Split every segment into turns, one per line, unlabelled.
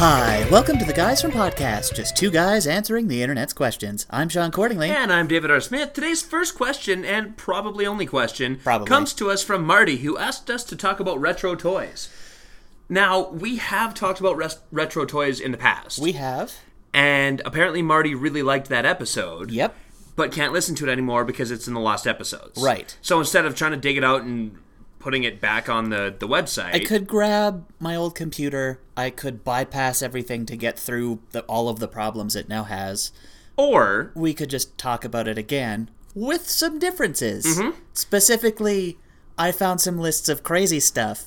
Welcome to the Guys from Podcast, just two guys answering the internet's questions. I'm Sean Cordingly.
And I'm David R. Smith. Today's first question, and probably only question,
Probably.
comes to us from Marty, who asked us to talk about retro toys. Now, we have talked about res- retro toys in the past.
We have.
and apparently, Marty really liked that episode.
Yep.
But can't listen to it anymore because it's in the lost episodes.
Right.
So instead of trying to dig it out and putting it back on the, the website,
I could grab my old computer. I could bypass everything to get through the, all of the problems it now has.
or
We could just talk about it again with some differences. Specifically, I found some lists of crazy stuff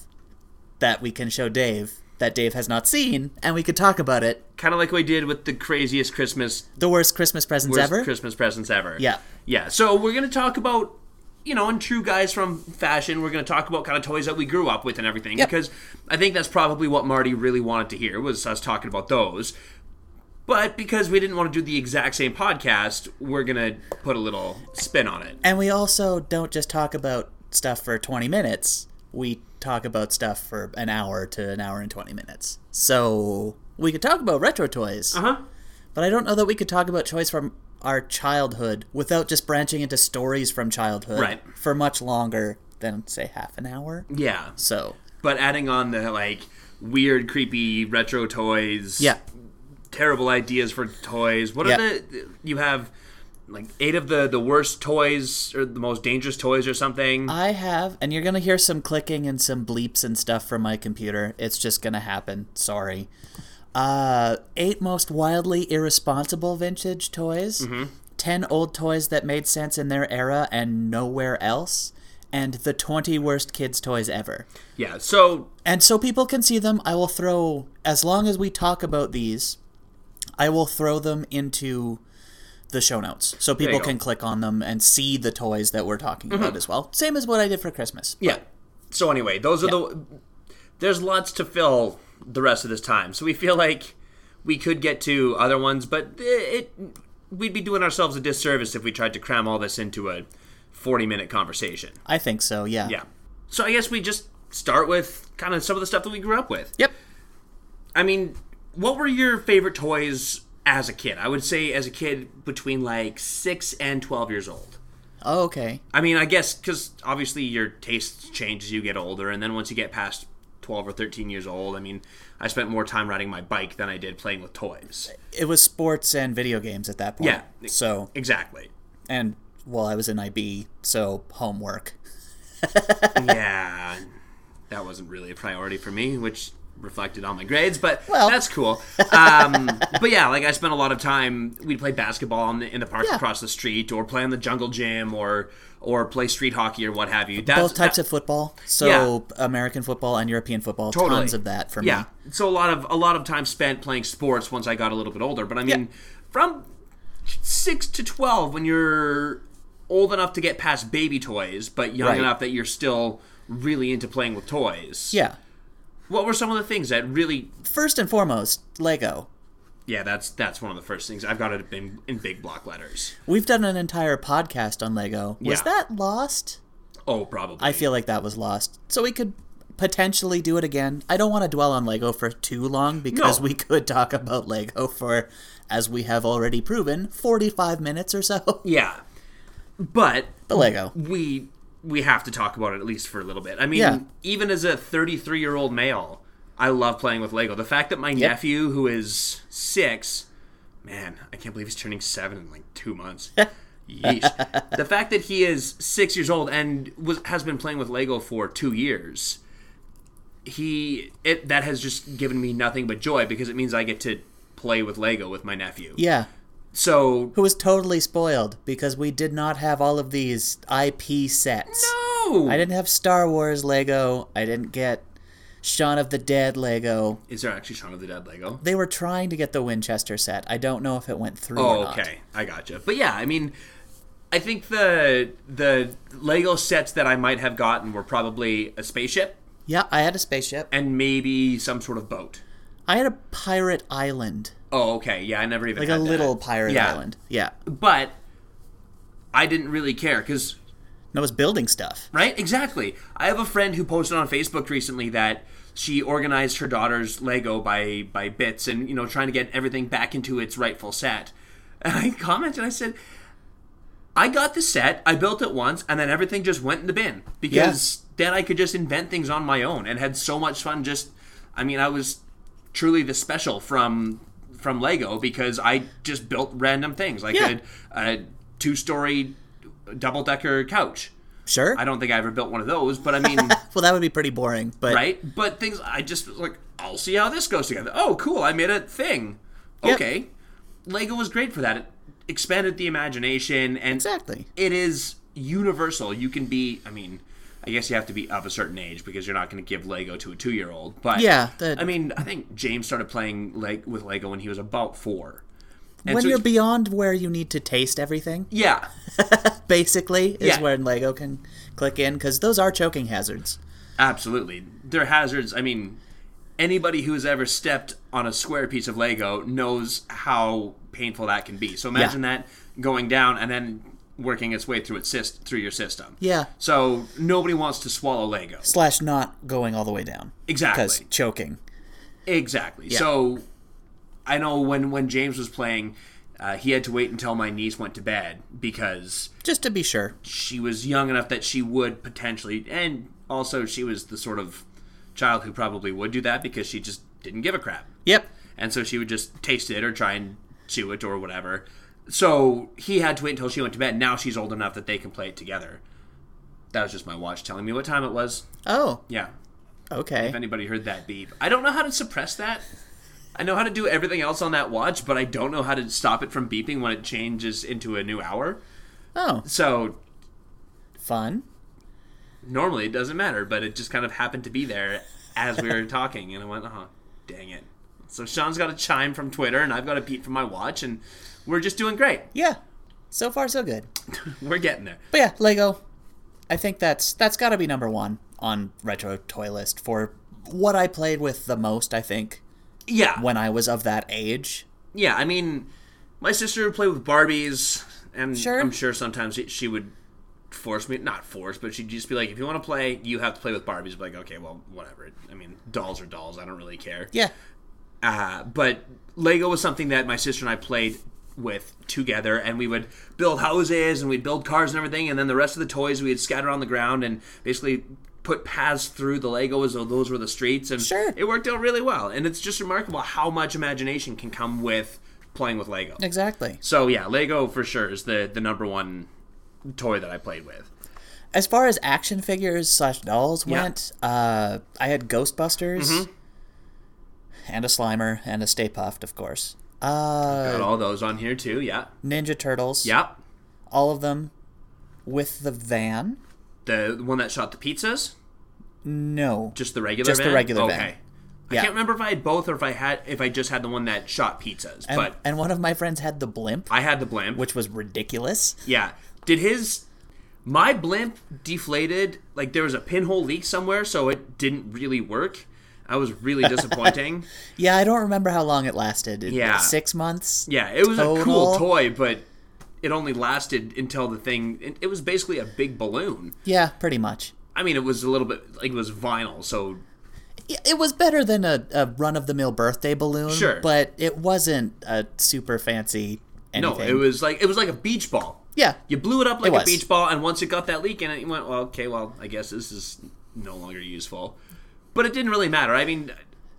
that we can show Dave that Dave has not seen, and we could talk about it.
kind of like we did with the craziest Christmas
The worst Christmas presents
worst
ever.
Christmas presents ever.
Yeah.
Yeah. So we're gonna talk about you know, and true guys from fashion, we're gonna talk about kind of toys that we grew up with and everything.
Yep.
Because I think that's probably what Marty really wanted to hear was us talking about those. But because we didn't want to do the exact same podcast, we're gonna put a little spin on it.
And we also don't just talk about stuff for 20 minutes. We talk about stuff for an hour to an hour and 20 minutes. So we could talk about retro toys,
Uh huh.
but I don't know that we could talk about toys from our childhood without just branching into stories from childhood
Right.
for much longer than, say, half an hour.
Yeah.
So,
But adding on the like weird, creepy retro toys.
yeah.
terrible ideas for toys. What
Yeah.
are the you have like eight of the the worst toys or the most dangerous toys or something?
I have, and you're going to hear some clicking and some bleeps and stuff from my computer. It's just going to happen. Sorry. Uh, eight most wildly irresponsible vintage toys, 10 old toys that made sense in their era and nowhere else, and the 20 worst kids' toys ever.
yeah. So
And so people can see them. I will throw, as long as we talk about these, I will throw them into the show notes so people
go. Mm-hmm.
can click on them and see the toys that we're talking about as well. Same as what I did for Christmas.
yeah. uh, So anyway, those are the there's lots to fill the rest of this time. So we feel like we could get to other ones, but it, it we'd be doing ourselves a disservice if we tried to cram all this into a 40 minute conversation.
I think so, yeah.
Yeah. So I guess we just start with kind of some of the stuff that we grew up with.
Yep.
I mean, what were your favorite toys as a kid? I would say as a kid between like 6 and 12 years old.
Oh, okay.
I mean, I guess cuz obviously your tastes change as you get older and then once you get past 12 or 13 years old, I mean, I spent more time riding my bike than I did playing with toys.
It was sports and video games at that point.
Yeah.
So,
Exactly.
and well, I was in IB, so homework.
yeah. That wasn't really a priority for me, which reflected on my grades, but
Well.
that's cool. Um, but yeah, like I spent a lot of time. We'd play basketball in the, in the park
Yeah.
across the street, or play on the jungle gym, or or play street hockey or what have you. That's,
Both types
that-
of football. So, American football and European football.
Totally.
Tons of that for
yeah.
me.
So a lot of a lot of time spent playing sports once I got a little bit older. But I mean, from six to twelve, when you're old enough to get past baby toys, but young
Right.
enough that you're still really into playing with toys.
Yeah.
What were some of the things that really?
First and foremost, Lego.
Yeah, that's that's one of the first things I've got it in, in big block letters.
We've done an entire podcast on Lego. Was
Yeah.
that lost?
Oh, probably.
I feel like that was lost. So we could potentially do it again. I don't want to dwell on Lego for too long because
No.
we could talk about Lego for, as we have already proven, 45 minutes or so.
yeah, but
The Lego.
we we have to talk about it at least for a little bit. I mean,
Yeah.
even as a 33 year old male, I love playing with Lego. The fact that my nephew, who is six, man, I can't believe he's turning seven in like two months. Yeesh. The fact that he is six years old and was has been playing with Lego for two years, he it that has just given me nothing but joy because it means I get to play with Lego with my nephew.
Yeah.
So
Who was totally spoiled because we did not have all of these IP sets.
no,
I didn't have Star Wars Lego. I didn't get Shaun of the Dead Lego.
is there actually Shaun of the Dead Lego?
They were trying to get the Winchester set. I don't know if it went through or
Oh,
not.
okay, I gotcha. But yeah, I mean, I think the the Lego sets that I might have gotten were probably a spaceship
Yeah, I had a spaceship.
and maybe some sort of boat.
I had a pirate island.
Oh, okay, yeah, I never even
like a
had that.
little pirate
Yeah.
island. Yeah.
but I didn't really care because
No, it's building stuff.
Right? Exactly. I have a friend who posted on Facebook recently that she organized her daughter's Lego by by bits and you know trying to get everything back into its rightful set. And I commented, I said, I got the set, I built it once, and then everything just went in the bin because then I could just invent things on my own and had so much fun. Just, I mean, I was truly the special from from Lego because I just built random things. Like
Yeah.
did a two story double decker couch.
Sure.
I don't think I ever built one of those, but I mean,
Well, that would be pretty boring, but
right? But things I just was like, I'll see how this goes together. Oh, cool! I made a thing.
Yep.
Okay, Lego was great for that. It expanded the imagination, and
exactly.
it is universal. You can be. I mean, I guess you have to be of a certain age because you're not going to give Lego to a two-year-old. But
Yeah, that-
I mean, I think James started playing like with Lego when he was about four. And
When
so
you're
he-
beyond where you need to taste everything,
yeah,
basically, is
Yeah.
when Lego can click in because those are choking hazards.
Absolutely. They're hazards. I mean, anybody who's ever stepped on a square piece of Lego knows how painful that can be. So imagine that going down and then working its way through its syst- through your system.
Yeah.
So nobody wants to swallow Lego.
Slash, not going all the way down because
Exactly.
choking.
Exactly. So I know when when James was playing, uh, he had to wait until my niece went to bed because
Just to be sure.
she was young enough that she would potentially, and also she was the sort of child who probably would do that because she just didn't give a crap.
Yep.
And so she would just taste it or try and chew it or whatever. So he had to wait until she went to bed. Now she's old enough that they can play it together. That was just my watch telling me what time it was.
Oh,
Yeah.
okay.
If anybody heard that beep, I don't know how to suppress that. I know how to do everything else on that watch, but I don't know how to stop it from beeping when it changes into a new hour.
Oh,
So
fun.
normally it doesn't matter, but it just kind of happened to be there as we were talking, and I went, "Oh, dang it!" So Sean's got a chime from Twitter, and I've got a beat from my watch, and we're just doing great.
Yeah. So far, so good.
We're getting there.
But yeah, Lego. I think that's that's got to be number one on retro toy list for what I played with the most. I think
Yeah,
when I was of that age.
yeah. I mean, my sister would play with Barbies, and
Sure.
I'm sure sometimes she- she would force me—not force, but she'd just be like, "If you want to play, you have to play with Barbies." I'd be like, okay, well, whatever. I mean, dolls are dolls. I don't really care.
Yeah.
Uh, but Lego was something that my sister and I played with together, and we would build houses and we'd build cars and everything, and then the rest of the toys we would scatter on the ground and basically put paths through the Lego as though those were the streets, and
Sure.
it worked out really well. And it's just remarkable how much imagination can come with playing with Lego.
Exactly.
So yeah, Lego for sure is the the number one toy that I played with.
As far as action figures slash dolls went, uh, I had Ghostbusters
Mm-hmm.
and a Slimer and a Stay Puffed, of course. Uh,
Got all those on here too. Yeah,
Ninja Turtles.
yeah.
All of them with the van.
The one that shot the pizzas.
No.
Just the regular.
Just the
van?
regular
Okay.
van.
I
Yeah.
can't remember if I had both or if I had if I just had the one that shot pizzas,
and,
but
and one of my friends had the blimp,
I had the blimp.
which was ridiculous.
yeah, did his my blimp deflated? Like there was a pinhole leak somewhere, so it didn't really work. I was really disappointing.
Yeah, I don't remember how long it lasted. It-
Yeah.
Six months?
yeah, it was a cool
Total.
toy, but it only lasted until the thing. It, it was basically a big balloon.
Yeah, pretty much.
I mean, it was a little bit like it was vinyl, so
Yeah, It was better than a, a run of the mill birthday balloon,
Sure.
but it wasn't a super fancy anything.
no, it was like it was like a beach ball.
Yeah.
You blew it up like
It
a
was.
beach ball, and once it got that leak in it, you went, well, okay, well, I guess this is no longer useful. But it didn't really matter. I mean,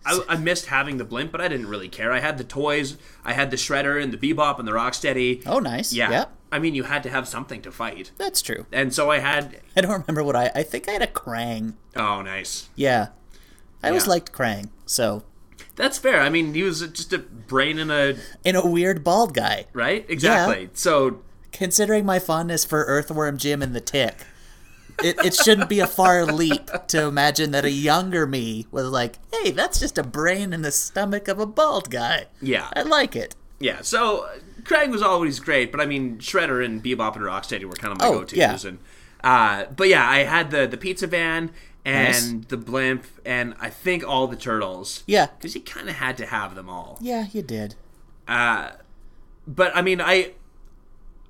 I, I missed having the blimp, but I didn't really care. I had the toys, I had the shredder and the bebop and the rocksteady.
Oh, nice.
yeah.
Yep.
I mean, you had to have something to fight.
That's true.
And so I had.
I don't remember what I. I think I had a Krang.
Oh, nice.
Yeah. I always
Yeah.
liked Krang. So,
That's fair. I mean, he was just a brain in a.
and a weird bald guy.
Right? Exactly. So
Considering my fondness for Earthworm Jim and the Tick, it, it shouldn't be a far leap to imagine that a younger me was like, hey, that's just a brain in the stomach of a bald guy.
Yeah.
I like it.
Yeah, so uh, Craig was always great, but I mean Shredder and Bebop and Rocksteady were kind of my
Oh,
go-tos.
yeah.
And uh, but yeah, I had the the pizza van and
Nice.
the blimp and I think all the turtles.
Yeah.
because you kind of had to have them all.
Yeah, you did.
But I mean, I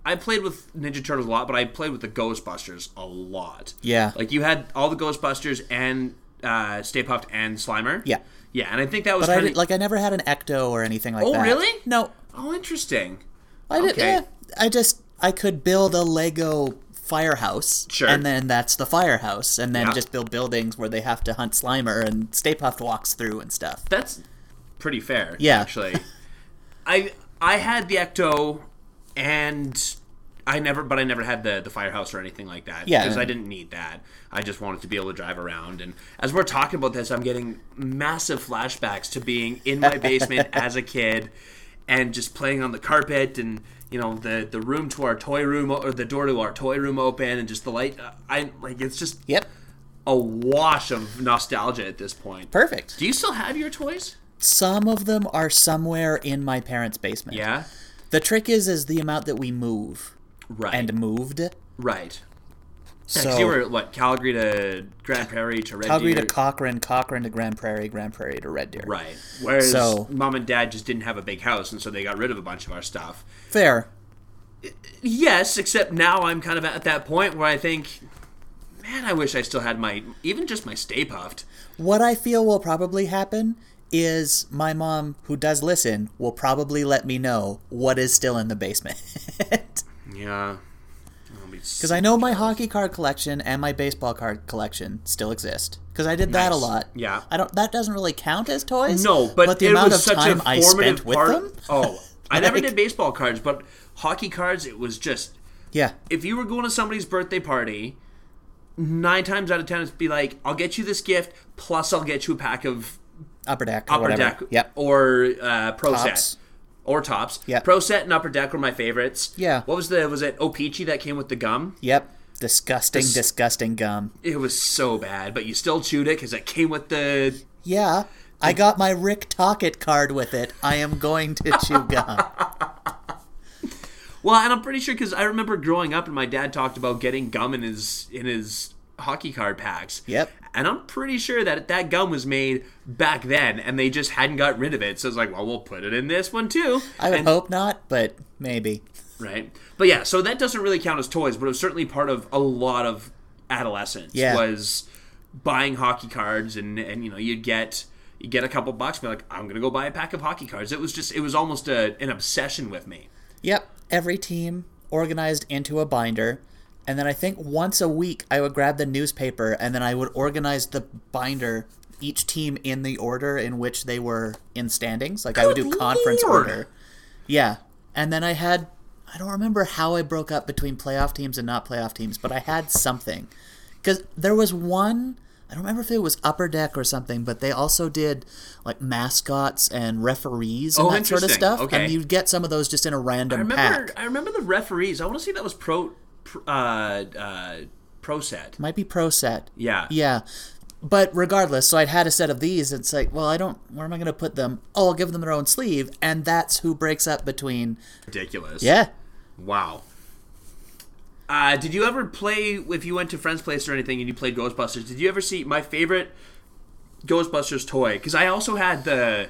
I played with Ninja Turtles a lot, but I played with the Ghostbusters a lot.
Yeah.
Like you had all the Ghostbusters and uh, Stay Puft and Slimer.
Yeah.
Yeah, and I think that was
But I
kind
did,
of
like I never had an ecto or anything like
Oh,
that.
really?
No,
oh interesting.
I did.
Okay.
Yeah, I just I could build a Lego firehouse,
Sure.
and then that's the firehouse, and then
Yeah.
just build buildings where they have to hunt Slimer and Stay Puft walks through and stuff.
That's pretty fair.
Yeah.
actually, I I had the Ecto, and I never, but I never had the the firehouse or anything like that.
Yeah.
because I didn't need that. I just wanted to be able to drive around. And as we're talking about this, I'm getting massive flashbacks to being in my basement as a kid, and just playing on the carpet and. You know the the room to our toy room o- or the door to our toy room open and just the light. uh, I like it's just
Yep,
a wash of nostalgia at this point.
perfect.
Do you still have your toys?
Some of them are somewhere in my parents' basement.
Yeah.
The trick is, is the amount that we move
Right.
and moved.
right. Yeah, 'cause
So
you were what Calgary to Grand Prairie to Red
Calgary to
Deer.
Cochrane, Cochrane to Grand Prairie, Grand Prairie to Red Deer.
right. Whereas
So-
mom and dad just didn't have a big house, and so they got rid of a bunch of our stuff.
Fair.
Yes, except now I'm kind of at that point where I think, man, I wish I still had my even just my Stay Puffed.
What I feel will probably happen is my mom, who does listen, will probably let me know what is still in the basement.
Yeah. Oh,
Because I know my hockey card collection and my baseball card collection still exist. Because I did that a
Nice.
lot.
Yeah.
I don't. That doesn't really count as toys.
No, but,
the
it
amount
was
of
such
time
a
I
formative
spent with
part.
them.
Oh, I never
Like-
did baseball cards, but hockey cards. It was just
Yeah.
if you were going to somebody's birthday party, nine times out of ten, it'd be like, I'll get you this gift, plus I'll get you a pack of
Upper deck. Or
Upper
whatever.
Deck
Yep.
or uh, Pro
Tops.
Set. Or tops.
Yeah.
Pro Set and Upper Deck were my favorites.
Yeah.
What was the, was it Opeachy that came with the gum?
Yep. Disgusting, disgusting gum.
It was so bad, but you still chewed it because it came with the,
Yeah. I got my Rick Tockett card with it. I am going to chew gum.
well, and I'm pretty sure because I remember growing up and my dad talked about getting gum in his, in his hockey card packs.
Yep.
And I'm pretty sure that that gum was made back then, and they just hadn't got rid of it. So it's like, well, we'll put it in this one too,
I would hope not, but maybe.
right? But yeah, so that doesn't really count as toys, but it was certainly part of a lot of adolescence.
Yeah.
was buying hockey cards, and and you know you'd get you would get a couple bucks, and be like, I'm gonna go buy a pack of hockey cards. It was just it was almost a, an obsession with me.
Yep. Every team organized into a binder. And then I think once a week I would grab the newspaper and then I would organize the binder, each team in the order in which they were in standings. Like I would do
Good
conference
lord.
order. Yeah. And then I had, I don't remember how I broke up between playoff teams and not playoff teams, but I had something. Because there was one, I don't remember if it was Upper Deck or something, but they also did like mascots and referees and
Oh,
that sort of
interesting.
stuff.
Okay.
And you'd get some of those just in a random
I remember
pack.
I remember the referees. I want to say that was pro pr- uh, uh, pro set.
Might be pro set.
Yeah.
Yeah. But regardless, so I'd had a set of these. It's like, well, I don't, where am I going to put them? Oh, I'll give them their own sleeve. And that's who breaks up between.
Ridiculous.
Yeah.
Wow. Uh, did you ever play if you went to friend's place or anything and you played Ghostbusters? Did you ever see my favorite Ghostbusters toy? Because I also had the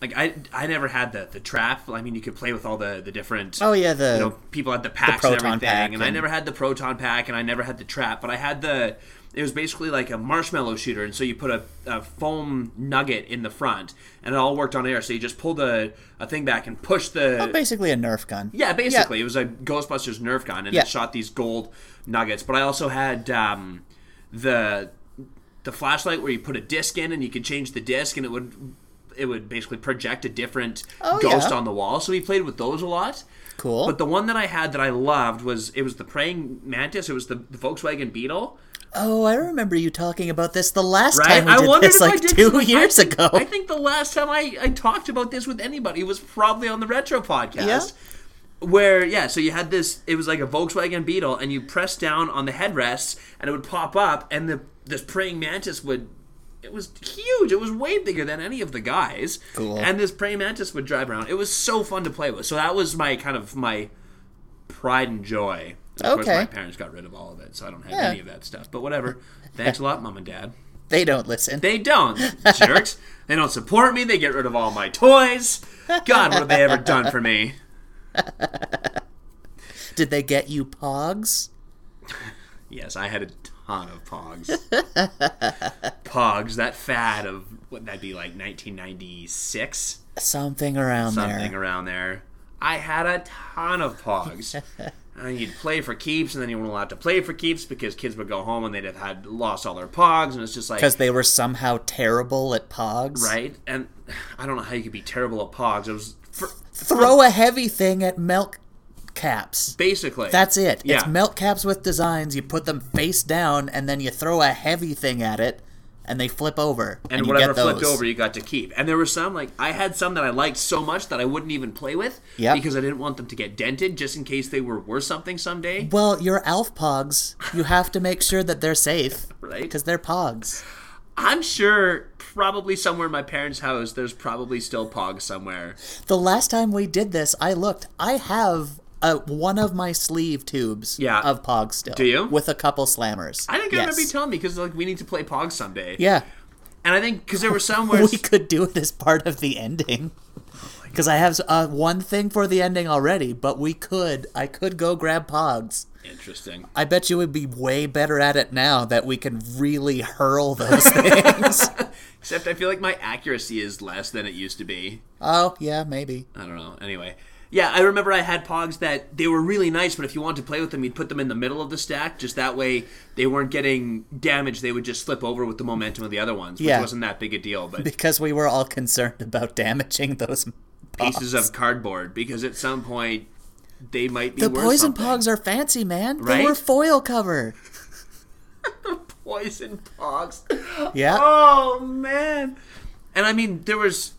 like I I never had the the trap. I mean, you could play with all the the different
Oh, yeah. The,
you know, people had the packs and
proton
everything,
pack
and, I
and-
never had the proton pack, and I never had the trap, but I had the. It was basically like a marshmallow shooter, and so you put a, a foam nugget in the front, and it all worked on air. So you just pull the a thing back and push
Oh,
the.
basically a Nerf gun.
yeah, basically, it was a Ghostbusters Nerf gun, and
Yeah.
it shot these gold nuggets. But I also had um, the the flashlight where you put a disc in, and you could change the disc, and it would it would basically project a different
Oh,
ghost
yeah.
on the wall. So we played with those a lot.
Cool.
But the one that I had that I loved was it was the praying mantis. It was the, the Volkswagen Beetle.
oh, I remember you talking about this the last time
Right?
we
I
did
wondered
this,
if I
like
did-
two
I
years
think-
ago.
I think the last time I, I talked about this with anybody was probably on the retro podcast.
Yeah.
Where yeah, so you had this. It was like a Volkswagen Beetle, and you pressed down on the headrests, and it would pop up, and the this praying mantis would. It was huge. It was way bigger than any of the guys.
Cool.
And this praying mantis would drive around. It was so fun to play with. So that was my kind of my pride and joy. And of
Okay.
course, my parents got rid of all of it, so I don't have any of that stuff. But whatever. Thanks a lot, mom and dad.
they don't listen.
They don't, jerks. They don't support me. They get rid of all my toys. God, what have they ever done for me?
Did they get you pogs?
Yes, I had a ton of Pogs. Pogs, that fad of wouldn't that be like 1996,
Something around
something
there.
around there. I had a ton of Pogs. and you'd play for keeps, and then you weren't allowed to play for keeps because kids would go home and they'd have had lost all their Pogs, and it's just like
Because they were somehow terrible at pogs.
right. And I don't know how you could be terrible at Pogs. It was for,
Throw a heavy thing at milk caps.
basically
That's it.
Yeah.
It's milk caps with designs. You put them face down, and then you throw a heavy thing at it, and they flip over.
and,
you
whatever
get those.
flipped over you got to keep and there were some like i had some that i liked so much that i wouldn't even play with
Yep.
because i didn't want them to get dented just in case they were worth something someday
Well, your Alf Pogs, you have to make sure that they're safe.
Right.
Because they're Pogs.
i'm sure probably somewhere in my parents house there's probably still pog somewhere
The last time we did this, I looked. I have uh one of my sleeve tubes
Yeah.
of Pogs still. Do
you?
With a couple slammers.
i think i
yes.
remember you telling me because like we need to play pog someday
Yeah.
and i think because there were some where
We could do it as part of the ending.
Oh
Because I have uh, one thing for the ending already, but we could. I could go grab Pogs.
interesting
I bet you would be way better at it now that we can really hurl those things.
except i feel like my accuracy is less than it used to be
oh, yeah, maybe.
I don't know. Anyway, yeah, I remember I had Pogs that they were really nice, but if you wanted to play with them, you'd put them in the middle of the stack. Just that way, they weren't getting damaged. They would just slip over with the momentum of the other ones, which
Yeah.
wasn't that big a deal. But
Because we were all concerned about damaging those Pogs.
pieces of cardboard, because at some point they might be
The
worth
poison
something.
pogs are fancy, man. They
Right?
were foil cover.
Poison Pogs.
Yeah.
oh man and i mean there was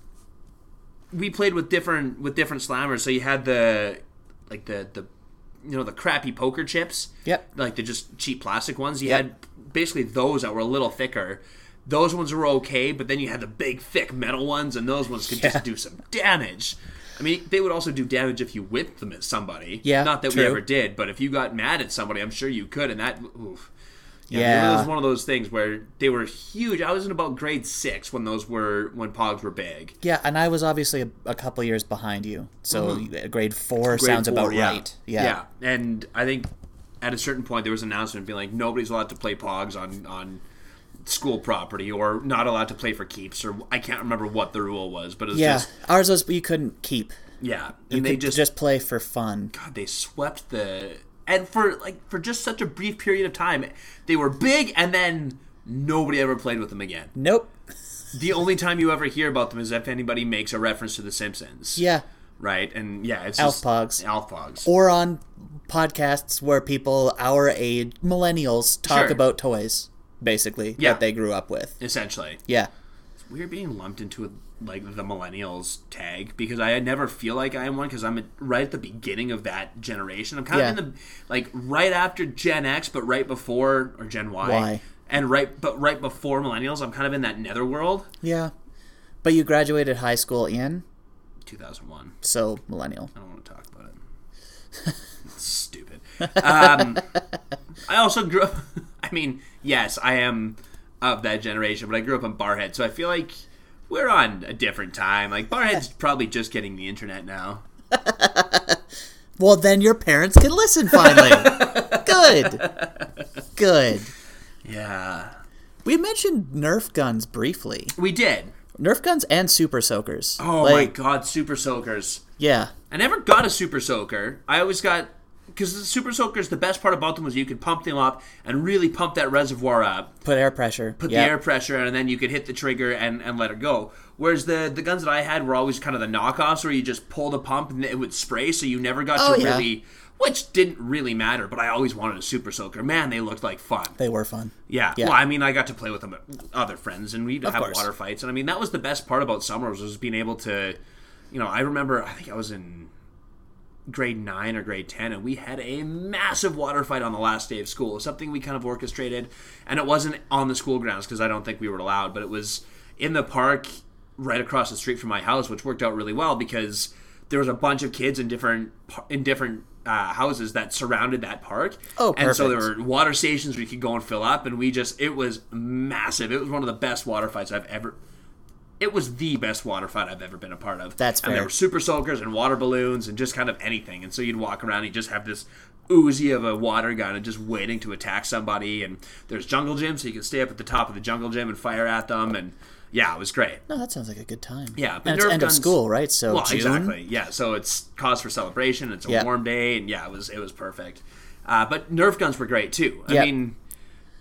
we played with different with different slammers so you had the like the the you know the crappy poker chips
Yep.
like the just cheap plastic ones you
Yep.
had basically those that were a little thicker those ones were okay but then you had the big thick metal ones and those ones could just do some damage I mean, they would also do damage if you whipped them at somebody.
Yeah,
Not that
true.
we ever did, but if you got mad at somebody, I'm sure you could, and that. Oof.
Yeah.
It was one of those things where they were huge. I was in about grade six when those were when Pogs were big.
Yeah, and I was obviously a, a couple years behind you. So uh, grade four
Uh-huh. Grade
sounds
four,
about right. Yeah.
And I think at a certain point there was an announcement being like nobody's allowed to play Pogs on on school property or not allowed to play for keeps or I can't remember what the rule was, but it was
Yeah.
just
Ours was you couldn't keep.
yeah. And they
Could
just,
just play for fun.
God, they swept the and for like for just such a brief period of time they were big and then nobody ever played with them again.
Nope.
The only time you ever hear about them is if anybody makes a reference to The Simpsons.
Yeah.
Right? And yeah, it's
Alf
just
Pogs.
Alf Pogs.
Or on podcasts where people our age, millennials, talk
Sure.
about toys, basically,
Yeah.
that they grew up with.
essentially.
Yeah.
We're being lumped into like the millennials tag because I never feel like I am one because I'm at, right at the beginning of that generation. I'm kind
Yeah.
of in the like right after Gen X, but right before or Gen Y,
Y.
and right but right before millennials. I'm kind of in that netherworld.
Yeah. But you graduated high school in,
2001.
so millennial.
I don't want to talk about it. It's stupid. Um, I also grew up. I mean, yes, I am of that generation, but I grew up in Barhead, so I feel like we're on a different time. Like Barhead's probably just getting the internet now.
Well, then your parents can listen finally. Good. Good.
Yeah,
We mentioned Nerf guns briefly.
we did.
Nerf guns and super soakers.
Oh my
Like,
God, Super Soakers!
Yeah.
I never got a Super Soaker. I always got because the Super Soakers. The best part about them was you could pump them up and really pump that reservoir up.
Put air pressure.
put the air pressure in, and then you could hit the trigger and, and let it go. Whereas the the guns that I had were always kind of the knockoffs where you just pull the pump and it would spray, so you never got
Oh,
to
yeah.
really. Which didn't really matter, but I always wanted a Super Soaker. Man, they looked like fun.
They were fun.
Yeah.
Yeah.
Well, I mean, I got to play with them at other friends, and we'd have
course.
water fights. And I mean, that was the best part about summers was being able to, you know, I remember I think I was in grade nine or grade ten, and we had a massive water fight on the last day of school. Something we kind of orchestrated, and it wasn't on the school grounds because I don't think we were allowed, but it was in the park right across the street from my house, which worked out really well because there was a bunch of kids in different par- in different. Uh, houses that surrounded that park,
Oh,
and so there
perfect.
were water stations we could go and fill up and we just it was massive it was one of the best water fights i've ever it was the best water fight i've ever been a part of
That's
and there
fair.
were super soakers and water balloons and just kind of anything and so you'd walk around and you just have this Uzi of a water gun and just waiting to attack somebody. And there's jungle gym, so you can stay up at the top of the jungle gym and fire at them. And yeah, it was great.
No, that sounds like a good time.
Yeah, but
and it's
Nerf
end
guns-
of school, right? So
Well,
June.
exactly. Yeah. So it's cause for celebration. It's a
Yeah.
warm day, and yeah, it was it was perfect. Uh, but Nerf guns were great too. I
Yeah.
mean,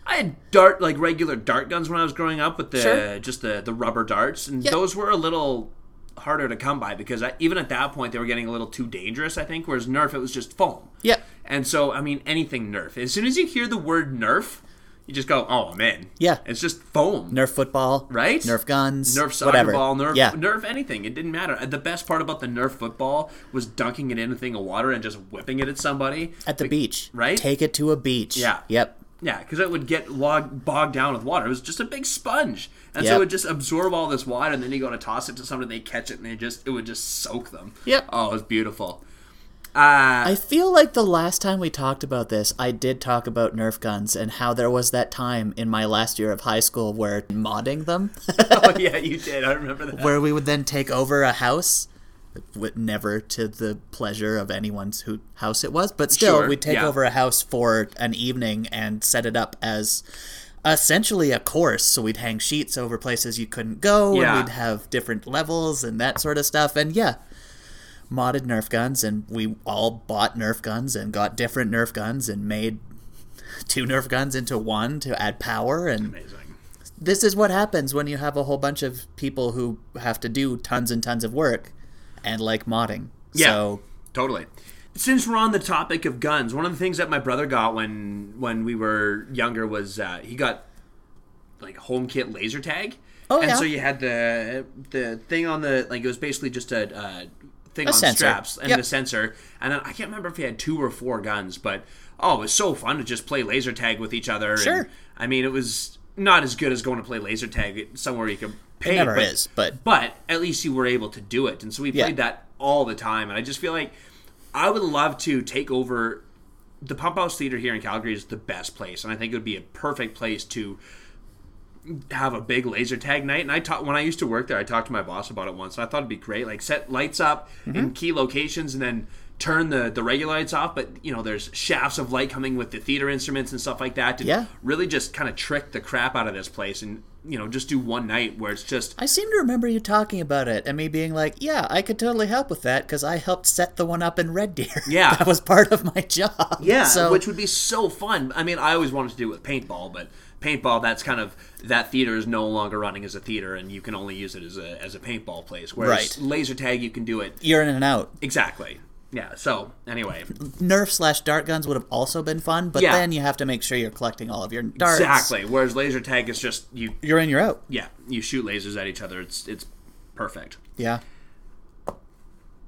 I had dart like regular dart guns when I was growing up with the
Sure.
just the the rubber darts, and those were a little harder to come by because I, even at that point they were getting a little too dangerous. I think. Whereas Nerf, it was just foam.
Yeah.
And so I mean, anything Nerf. As soon as you hear the word Nerf, you just go, "Oh man,
Yeah.
It's just foam.
Nerf football,
Right?
Nerf guns,
Nerf soccer
whatever.
ball, Nerf,
yeah.
Nerf anything. It didn't matter. The best part about the Nerf football was dunking it in a thing of water and just whipping it at somebody.
at the beach,
right?
Take it to a beach.
Yeah.
Yep.
Yeah, because it would get log- bogged down with water. It was just a big sponge, and so
Yep.
it would just absorb all this water, and then you go to toss it to somebody, they catch it, and they just it would just soak them.
Yep.
Oh, it was beautiful. Uh,
I feel like the last time we talked about this, I did talk about Nerf guns and how there was that time in my last year of high school where modding them,
oh yeah, you did. I remember that.
where we would then take over a house, with never to the pleasure of anyone's who house it was, but still
Sure,
we'd take
yeah.
over a house for an evening and set it up as essentially a course. So we'd hang sheets over places you couldn't go,
Yeah.
and we'd have different levels and that sort of stuff. And yeah, modded Nerf guns, and we all bought Nerf guns and got different Nerf guns and made two Nerf guns into one to add power. And
Amazing.
this is what happens when you have a whole bunch of people who have to do tons and tons of work and like modding.
Yeah.
So
Totally. Since we're on the topic of guns, one of the things that my brother got when when we were younger was uh, he got like home kit laser tag.
Oh,
and
yeah.
so you had the the thing on the like it was basically just a uh, thing on
sensor.
straps and
Yep.
the sensor, and then I can't remember if he had two or four guns, but oh, it was so fun to just play laser tag with each other. and,
Sure.
I mean, it was not as good as going to play laser tag somewhere you could pay.
it never
but-
is, but
but at least you were able to do it and so we played that all the time and i just feel like i would love to take over the pump house theater here in calgary is the best place and i think it would be a perfect place to have a big laser tag night and i taught when i used to work there i talked to my boss about it once and i thought it'd be great like set lights up in key locations and then turn the the regular lights off but you know there's shafts of light coming with the theater instruments and stuff like that to
Yeah.
really just kind of trick the crap out of this place and you know just do one night where it's just
I seem to remember you talking about it and me being like, "Yeah, I could totally help with that because I helped set the one up in Red Deer.
Yeah.
that was part of my job.
Yeah,
so
which would be so fun. I mean, I always wanted to do it with paintball, but paintball that's kind of that theater is no longer running as a theater, and you can only use it as a as a paintball place. Whereas
Right.
laser tag, you can do it
you're in and out.
exactly. Yeah. So anyway,
Nerf slash dart guns would have also been fun, but
Yeah.
then you have to make sure you're collecting all of your darts.
exactly. Whereas laser tag is just you.
You're in, you're out.
Yeah, you shoot lasers at each other. It's it's perfect.
Yeah.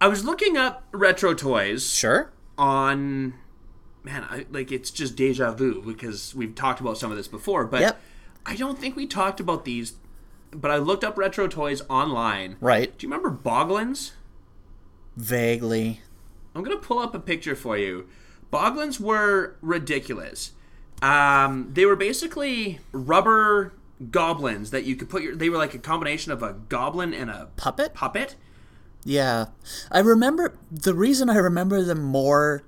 I was looking up retro toys.
Sure.
on man I, like it's just deja vu because we've talked about some of this before but
Yep.
i don't think we talked about these but i looked up retro toys online
Right.
do you remember boglins
Vaguely.
i'm gonna pull up a picture for you boglins were ridiculous um, they were basically rubber goblins that you could put your they were like a combination of a goblin and a
Puppet?
puppet
Yeah. I remember the reason I remember them more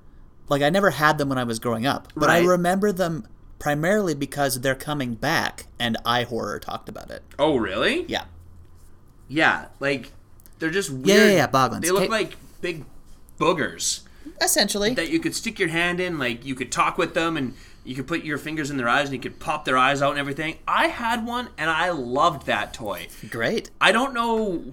like I never had them when I was growing up, but I
Right.
remember them primarily because they're coming back and I horror talked about it.
oh really
Yeah.
Yeah, like they're just weird.
yeah, yeah, boglins.
They look
Ca-
like big boogers
Essentially.
that you could stick your hand in. Like you could talk with them, and you could put your fingers in their eyes, and you could pop their eyes out and everything. I had one, and I loved that toy.
Great.
I don't know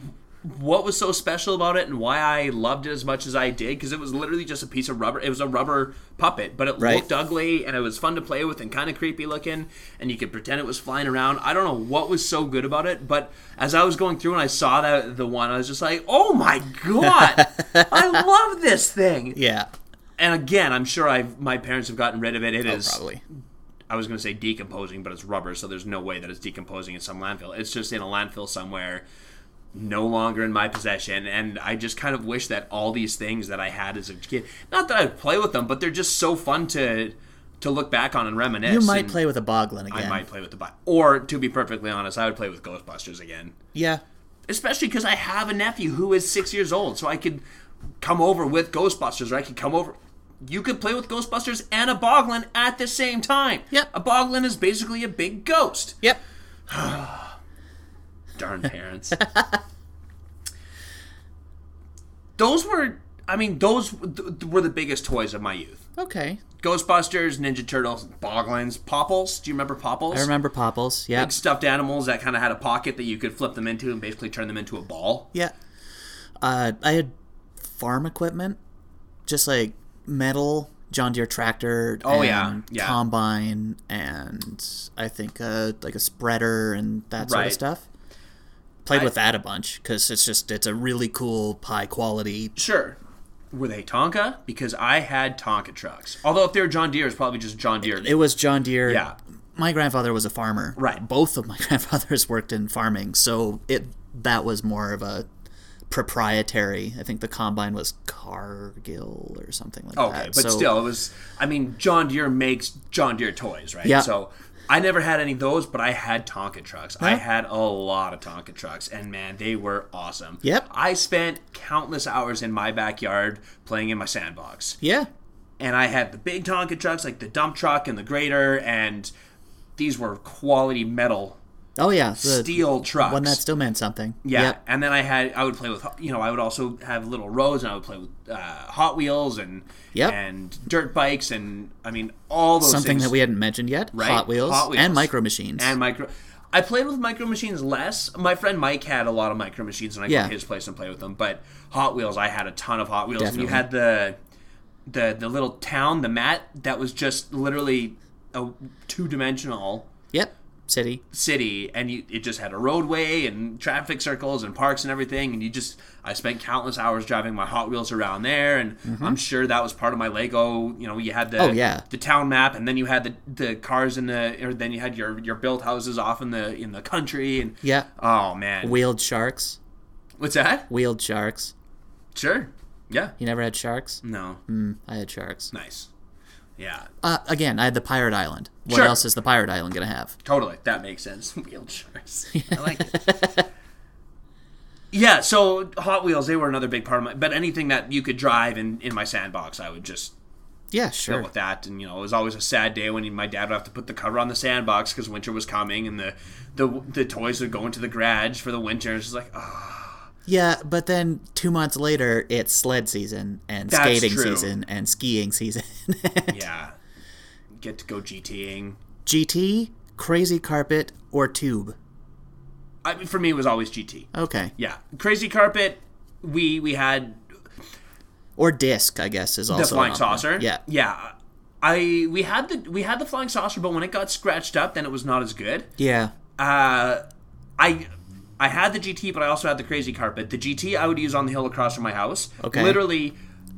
what was so special about it and why I loved it as much as I did because it was literally just a piece of rubber. It was a rubber puppet, but it
Right.
looked ugly and it was fun to play with and kind of creepy looking. And you could pretend it was flying around. I don't know what was so good about it, but as I was going through and I saw that the one, I was just like, "Oh my god, I love this thing!"
Yeah.
And again, I'm sure I've my parents have gotten rid of it. It is.
Oh, Probably.
I was going to say decomposing, but it's rubber, so there's no way that it's decomposing in some landfill. It's just in a landfill somewhere, no longer in my possession. And I just kind of wish that all these things that I had as a kid, not that I'd play with them, but they're just so fun to to look back on and reminisce.
You might
and
play with a boglin again.
I might play with the bot, or to be perfectly honest, I would play with Ghostbusters again,
Yeah.
especially because I have a nephew who is six years old, so I could come over with Ghostbusters, or I could come over you could play with Ghostbusters and a Boglin at the same time.
Yep.
A Boglin is basically a big ghost.
Yep.
Darn parents. those were, I mean, those th- th- were the biggest toys of my youth.
Okay.
Ghostbusters, Ninja Turtles, Boglins, Popples. Do you remember Popples?
I remember Popples. Yeah.
Stuffed animals that kind of had a pocket that you could flip them into and basically turn them into a ball.
Yeah. Uh, I had farm equipment, just like metal John Deere tractor. and
Oh, yeah, yeah.
Combine and I think uh, like a spreader and that sort
Right.
of stuff. Played
I-
with that a bunch because it's just it's a really cool high quality.
Sure. Were they Tonka? Because I had Tonka trucks. Although if they were John Deere, it's probably just John Deere.
It was John Deere.
Yeah.
My grandfather was a farmer.
Right.
Both of my grandfathers worked in farming, so it that was more of a proprietary. I think the combine was Cargill or something like that.
Okay, but
So-
still, it was. I mean, John Deere makes John Deere toys, right?
Yeah.
So I never had any of those, but I had Tonka trucks. I had a lot of Tonka trucks, and man, they were awesome.
Yep.
I spent countless hours in my backyard playing in my sandbox,
Yeah.
and I had the big Tonka trucks, like the dump truck and the grader, and these were quality metal
Oh yeah, the
steel trucks.
one that still meant something.
Yeah,
Yep.
and then I had I would play with you know I would also have little roads and I would play with uh, Hot Wheels and
Yep.
and dirt bikes and I mean all those
Something
things
that we hadn't mentioned yet.
Right,
Hot, Wheels
Hot Wheels.
and Micro Machines.
and micro. I played with micro machines less. My friend Mike had a lot of micro machines, and I
Yeah.
go to his place and play with them. But Hot Wheels, I had a ton of Hot Wheels, and you had
Definitely.
the the the little town, the mat that was just literally a two dimensional
yep. City.
city and you, it just had a roadway and traffic circles and parks and everything and you just i spent countless hours driving my hot wheels around there and i'm sure that was part of my lego you know you had the
Mm-hmm. Oh, yeah.
the town map and then you had the the cars in the or then you had your your built houses off in the in the country and
Yeah.
oh man
Wheeled sharks.
what's that
Wheeled sharks.
sure yeah
You never had sharks?
no
Mm, I had sharks.
nice yeah
Uh, again, I had the Pirate Island. What
Sure.
else is the Pirate Island gonna have?
Totally, that makes sense. Wheelchairs, I like it. yeah, so Hot Wheels they were another big part of my. But anything that you could drive in in my sandbox, I would just
Yeah,
go
sure.
with that. And you know, it was always a sad day when my dad would have to put the cover on the sandbox because winter was coming, and the the the toys would go into the garage for the winter. It's just like, oh,
Yeah, but then two months later, it's sled season and
That's
skating
true.
season and skiing season.
yeah, get to go GTing.
GT, crazy carpet, or tube.
I mean, for me, it was always GT.
Okay.
Yeah, crazy carpet. We we had
Or disc, I guess, is also
the
an
flying
option.
saucer.
Yeah.
yeah. I we had the we had the flying saucer, but when it got scratched up, then it was not as good.
Yeah.
Uh, I I had the GT, but I also had the crazy carpet. The GT I would use on the hill across from my house.
Okay.
literally.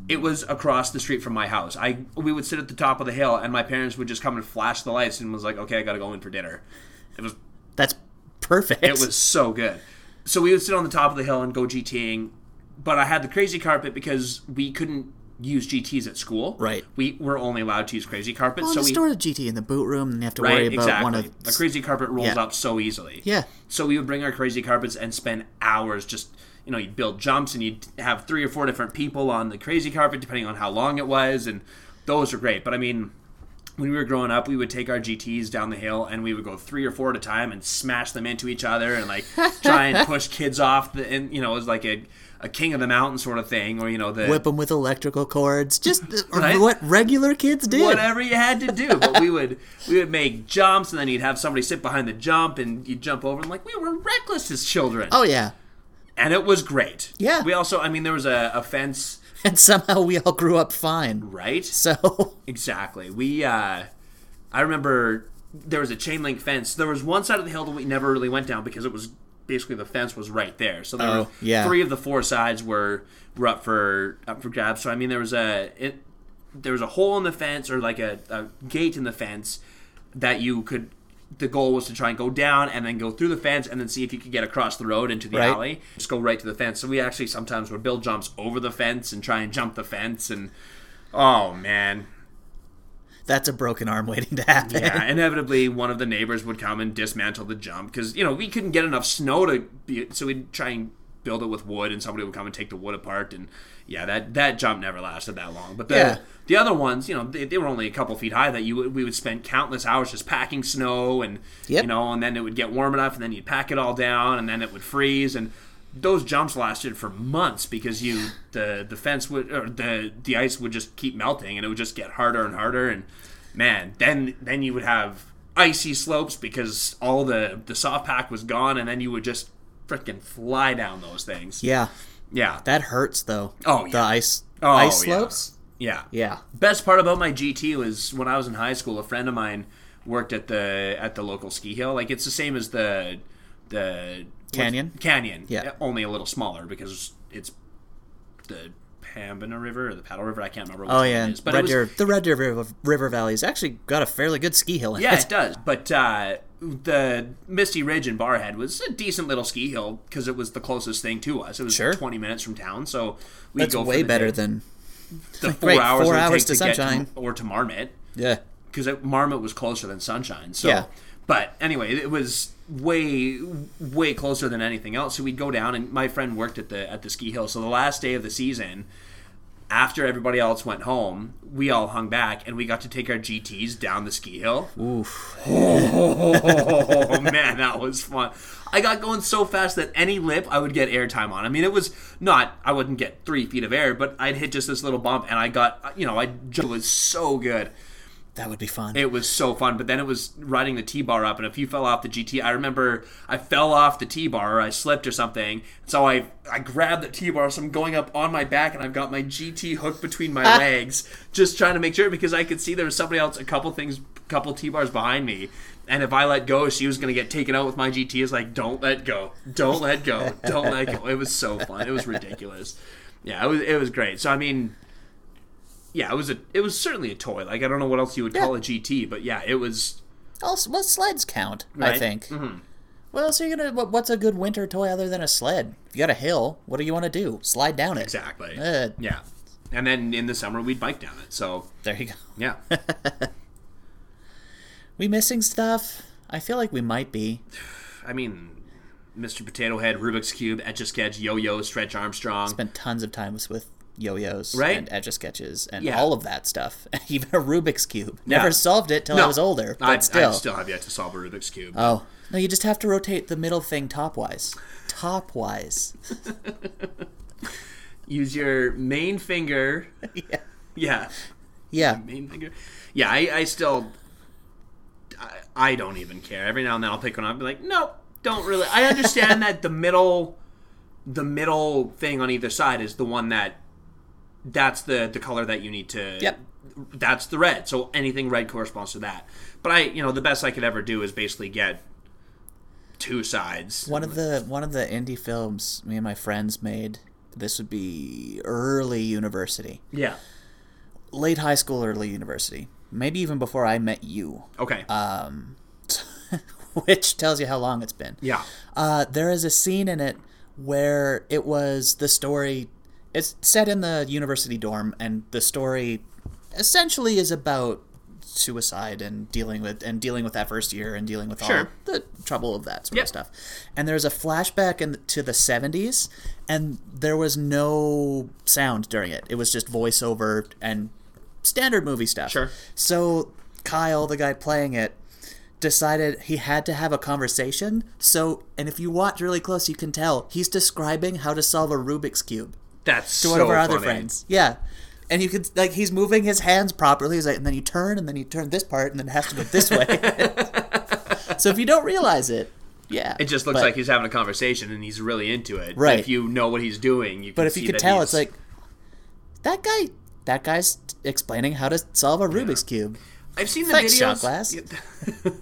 It was across the street from my house. I we would sit at the top of the hill, and my parents would just come and flash the lights, and was like, "Okay, I gotta go in for dinner." It was
That's perfect.
it was so good. So we would sit on the top of the hill and go GTing, but I had the crazy carpet because we couldn't use GTs at school.
Right.
We were only allowed to use crazy carpet,
Well,
so
just
we
store the GT in the boot room, and you have to worry
right
about
exactly.
one of
the crazy carpet rolls
Yeah.
up so easily.
yeah,
So we would bring our crazy carpets and spend hours just you know you'd build jumps and you'd have three or four different people on the crazy carpet depending on how long it was and those were great. But I mean. When we were growing up, we would take our GTs down the hill and we would go three or four at a time and smash them into each other and like try and push kids off the and you know it was like a, a king of the mountain sort of thing or you know the
whip them with electrical cords, just uh,
Right?
what regular kids did.
whatever you had to do. But we would we would make jumps, and then you'd have somebody sit behind the jump, and you'd jump over. And like we were reckless as children,
Oh yeah,
and it was great.
Yeah.
We also, I mean, there was a, a fence,
and somehow we all grew up fine.
right?
So
Exactly. We, uh, I remember there was a chain link fence. There was one side of the hill that we never really went down because it was basically the fence was right there. So there
Oh,
were
yeah.
three of the four sides were were up for up for grabs. So I mean, there was a it there was a hole in the fence or like a, a gate in the fence that you could. The goal was to try and go down and then go through the fence and then see if you could get across the road into the
Right.
alley. Just go right to the fence. So we actually sometimes would build jumps over the fence and try and jump the fence. And oh man,
that's a broken arm waiting to happen.
yeah, inevitably one of the neighbors would come and dismantle the jump because you know we couldn't get enough snow to be, so we'd try and build it with wood, and somebody would come and take the wood apart. And yeah, that that jump never lasted that long. But the
Yeah.
the other ones, you know, they, they were only a couple feet high. That you would, we would spend countless hours just packing snow, and
Yep.
you know, and then it would get warm enough, and then you'd pack it all down, and then it would freeze and. Those jumps lasted for months because you the the fence would or the the ice would just keep melting and it would just get harder and harder and man then then you would have icy slopes because all the the soft pack was gone and then you would just freaking fly down those things
Yeah,
yeah
that hurts though.
Oh,
the
yeah.
ice
Oh,
ice
yeah.
slopes.
yeah
Yeah.
best part about my GT was when I was in high school. A friend of mine worked at the at the local ski hill. Like it's the same as the the
Canyon?
what's- canyon.
Yeah.
only a little smaller because it's the Pembina River or the Paddle River. I can't remember. Which
Oh
one
yeah,
it
and
is, but it
Red
was-
Deer, the Red Deer River, River Valley's actually got a fairly good ski hill. In
Yeah,
it.
it does. But uh, the Misty Ridge in Barhead was a decent little ski hill because it was the closest thing to us. It was
Sure.
20 minutes from town, so we
that's
go for
way
the
better
day-
than
the four
right,
hours.
four
it would
hours
take
to
get
Sunshine.
or to Marmot.
yeah.
because Marmot was closer than Sunshine. So,
Yeah.
but anyway, it was way way closer than anything else. So we'd go down, and my friend worked at the at the ski hill. So the last day of the season, after everybody else went home, we all hung back, and we got to take our GTS down the ski hill.
Oof.
Oh man, that was fun. I got going so fast that any lip I would get airtime on. I mean, it was not. I wouldn't get three feet of air, but I'd hit just this little bump, and I got you know I it was so good.
That would be fun.
It was so fun, but then it was riding the T bar up, and if you fell off the GT, I remember I fell off the T bar, or I slipped or something, so I I grabbed the T bar, so I'm going up on my back, and I've got my GT hooked between my legs, just trying to make sure because I could see there was somebody else, a couple things, couple T bars behind me, and if I let go, she was gonna get taken out with my GT. Is like, don't let go, don't let go, don't let go. It was so fun. It was ridiculous. Yeah, it was it was great. So I mean, yeah, it was a it was certainly a toy. Like I don't know what else you would call a GT, but yeah, it was
also, well, sleds count. I
Right. Mm-hmm.
think. Well, so you're gonna. What, what's a good winter toy other than a sled? If you got a hill, what do you want to do? Slide down it.
exactly
Uh,
yeah. And then in the summer we'd bike down it. So
There you go.
yeah,
We missing stuff? I feel like we might be.
I mean, Mr. Potato Head, Rubik's Cube, Etch a Sketch, Yo Yo, Stretch Armstrong.
Spent tons of time with- with yo-yos
Right?
and etch a sketches and
Yeah.
all of that stuff. Even a Rubik's cube. Never
Yeah.
solved it till I
No.
was older, but
I,
still.
I still have yet to solve a Rubik's cube.
Oh no, you just have to rotate the middle thing topwise. Topwise.
Use your main finger.
yeah.
Yeah,
Yeah.
main finger. Yeah, I, I still. I, I don't even care. Every now and then I'll pick one up and be like, nope, don't really. I understand that the middle, the middle thing on either side is the one that, that's the the color that you need to.
Yep.
That's the red. So anything red corresponds to that. But I, you know, the best I could ever do is basically get two sides.
One of the one of the indie films me and my friends made. This would be early university,
Yeah.
late high school, early university, maybe even before I met you,
Okay.
Uh, which tells you how long it's been.
yeah.
Uh, there is a scene in it where it was the story. It's set in the university dorm, and the story essentially is about suicide and dealing with and dealing with that first year and dealing with all
Sure.
the trouble of that sort of
Yep.
stuff. And there's a flashback in to the 70s, and there was no sound during it. It was just voiceover and standard movie stuff.
Sure.
So Kyle, the guy playing it, decided he had to have a conversation. So, and if you watch really close, you can tell he's describing how to solve a Rubik's cube
That's
to
so
one of our other
funny.
friends. Yeah. And you could like he's moving his hands properly. He's like, and then you turn, and then you turn this part, and then it has to go this way. so if you don't realize it, yeah,
It just looks
But-
like he's having a conversation and he's really into it.
Right.
If you know what he's doing, you can
But if
see
you could
that
tell, it's
he's-
like that guy. That guy's explaining how to solve a Rubik's cube.
I've seen the
Thanks,
videos.
shot glass.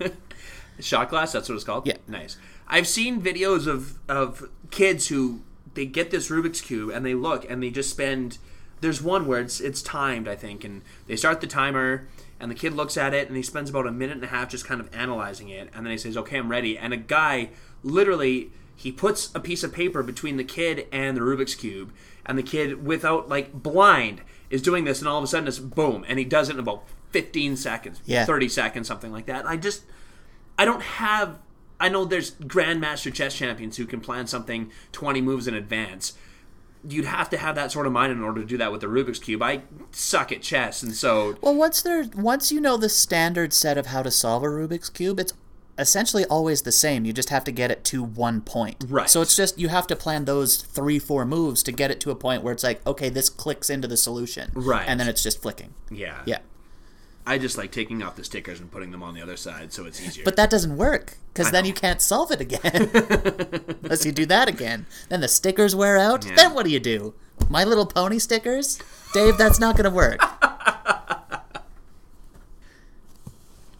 shot glass, that's what it's called.
Yeah.
Nice. I've seen videos of of kids who they get this Rubik's cube and they look and they just spend there's one where it's it's timed, I think, and they start the timer and the kid looks at it and he spends about a minute and a half just kind of analyzing it and then he says, "Okay, I'm ready." And a guy literally he puts a piece of paper between the kid and the Rubik's cube and the kid without like blind is doing this and all of a sudden it's boom and he does it in about 15 seconds,
Yeah.
30 seconds, something like that. And I just I don't have I know there's grandmaster chess champions who can plan something 20 moves in advance. You'd have to have that sort of mind in order to do that with the Rubik's cube. I suck at chess, and so
Well, once there, once you know the standard set of how to solve a Rubik's cube, it's essentially always the same. You just have to get it to one point.
Right.
So it's just you have to plan those three, four moves to get it to a point where it's like, okay, this clicks into the solution.
Right.
And then it's just flicking.
yeah,
Yeah.
I just like taking off the stickers and putting them on the other side so it's easier.
But that doesn't work because then
know.
you can't solve it again unless you do that again. Then the stickers wear out. Then what do you do? My Little Pony stickers, Dave. That's not gonna work.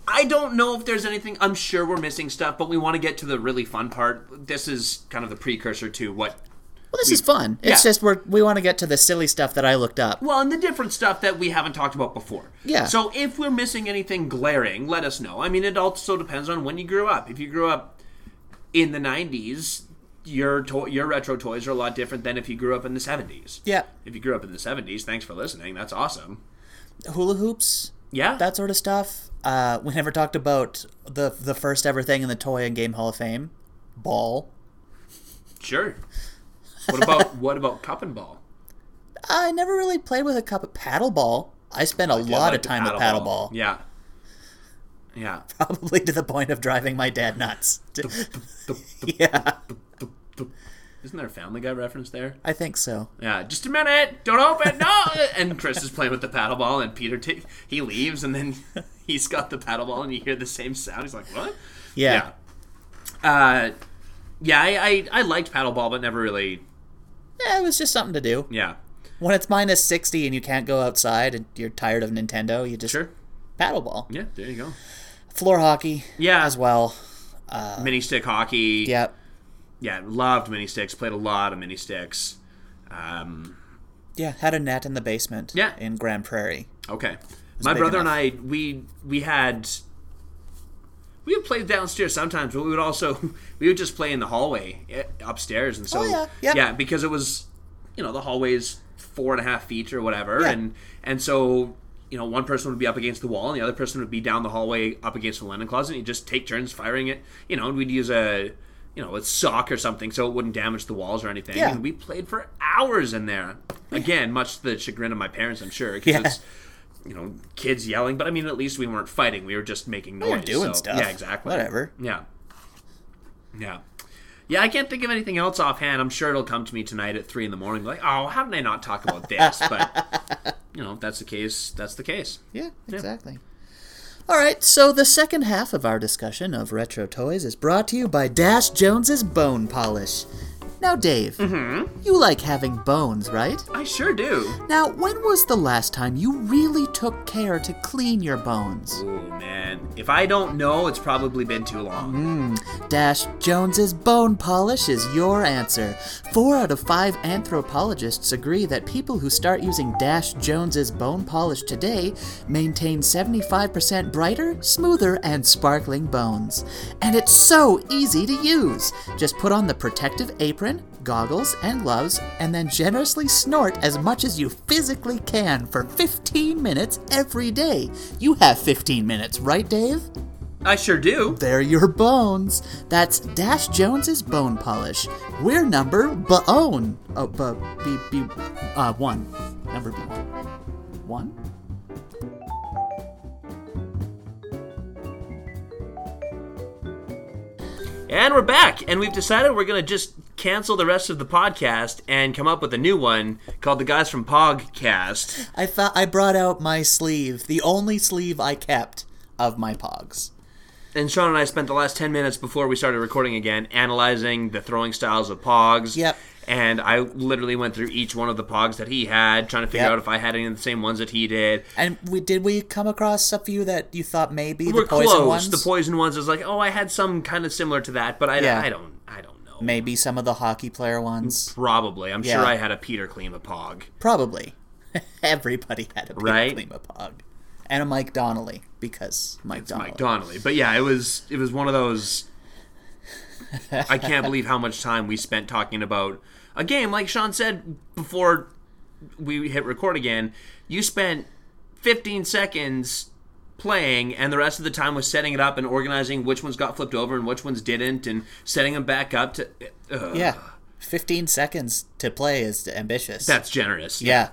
I don't know if there's anything. I'm sure we're missing stuff, but we want to get to the really fun part. This is kind of the precursor to what.
Well, this is fun. It's
Yeah.
just we're, we want to get to the silly stuff that I looked up.
Well, and the different stuff that we haven't talked about before.
Yeah.
So if we're missing anything glaring, let us know. I mean, it also depends on when you grew up. If you grew up in the 90s, your to- your retro toys are a lot different than if you grew up in the 70s.
Yeah.
If you grew up in the 70s, thanks for listening. That's awesome.
Hula hoops.
Yeah.
that sort of stuff. Uh, we never talked about the the first ever thing in the toy and game Hall of Fame, ball.
sure. What about what about cup and ball?
I never really played with a cup of paddle ball. I spent a
Yeah,
lot
like
of
the
time with paddle ball,
Yeah. Yeah.
probably to the point of driving my dad nuts. yeah,
Isn't there a Family Guy reference there?
I think so.
Yeah, just a minute. Don't open. No. And Chris is playing with the paddle ball, and Peter t- he leaves, and then he's got the paddle ball, and you hear the same sound. He's like, "What?"
Yeah,
Uh, yeah. I, I I liked paddle ball, but never really.
yeah, it was just something to do.
Yeah.
When it's minus sixty and you can't go outside and you're tired of Nintendo, you just
Sure.
paddle ball,
Yeah. There you go.
floor hockey,
Yeah.
as well.
mini stick hockey.
Yep.
Yeah. Loved mini sticks. Played a lot of mini sticks. Um.
Yeah, had a net in the basement.
Yeah.
in Grand Prairie.
Okay. My
big
brother and I we we had we would play downstairs sometimes, but we would also we would just play in the hallway eh, upstairs, and so
Oh, yeah. Yep.
because it was you know the hallway is four and a half feet or whatever,
Yeah.
and and so you know one person would be up against the wall and the other person would be down the hallway up against the linen closet, and you just take turns firing it, you know, and we'd use a you know a sock or something so it wouldn't damage the walls or anything,
Yeah.
and we played for hours in there. Again, much to the chagrin of my parents, I'm sure, because
Yeah.
it's you know, kids yelling. But I mean, at least we weren't fighting. We were just making noise.
were doing
so-
stuff.
Yeah, exactly.
Whatever.
Yeah. Yeah. Yeah, I can't think of anything else offhand. I'm sure it'll come to me tonight at three in the morning. Like, oh, how did I not talk about this? But you know, if that's the case. That's the case.
Yeah, exactly. All right, so the second half of our discussion of retro toys is brought to you by Dash Jones's Bone Polish. Now, Dave, you like having bones, right?
I sure do.
Now, when was the last time you really took care to clean your bones?
Oh man, if I don't know, it's probably been too long.
Dash Jones's bone polish is your answer. Four out of five anthropologists agree that people who start using Dash Jones's bone polish today maintain 75% brighter, smoother, and sparkling bones. And it's so easy to use. Just put on the protective apron, goggles, and gloves, and then generously snort as much as you physically can for 15 minutes every day. You have 15 minutes, right, Dave?
I sure do.
They're your bones. That's Dash Jones's bone polish. We're number bone. Oh, bu- b b uh one. Number b one. One.
And we're back, and we've decided we're gonna just cancel the rest of the podcast and come up with a new one called the Guys from Pogcast.
I thought I brought out my sleeve, the only sleeve I kept of my pogs.
And Sean and I spent the last 10 minutes before we started recording again analyzing the throwing styles of pogs.
Yep.
And I literally went through each one of the pogs that he had, trying to figure
Yep.
out if I had any of the same ones that he did.
And we did we come across a few that you thought maybe
We're
the poison
close.
ones?
The poison ones is like, oh, I had some kind of similar to that, but I,
Yeah.
I don't, I don't know.
maybe some of the hockey player ones.
Probably, I'm
Yeah.
sure I had a Peter Klima pog.
Probably. Everybody had a Peter
Right?
Klima pog. And a Mike Donnelly, because Mike Donnelly.
Mike Donnelly. But yeah, it was it was one of those. I can't believe how much time we spent talking about a game. Like Sean said before we hit record again, you spent 15 seconds playing, and the rest of the time was setting it up and organizing which ones got flipped over and which ones didn't, and setting them back up to. Uh,
Yeah. 15 seconds to play is ambitious.
that's generous.
yeah.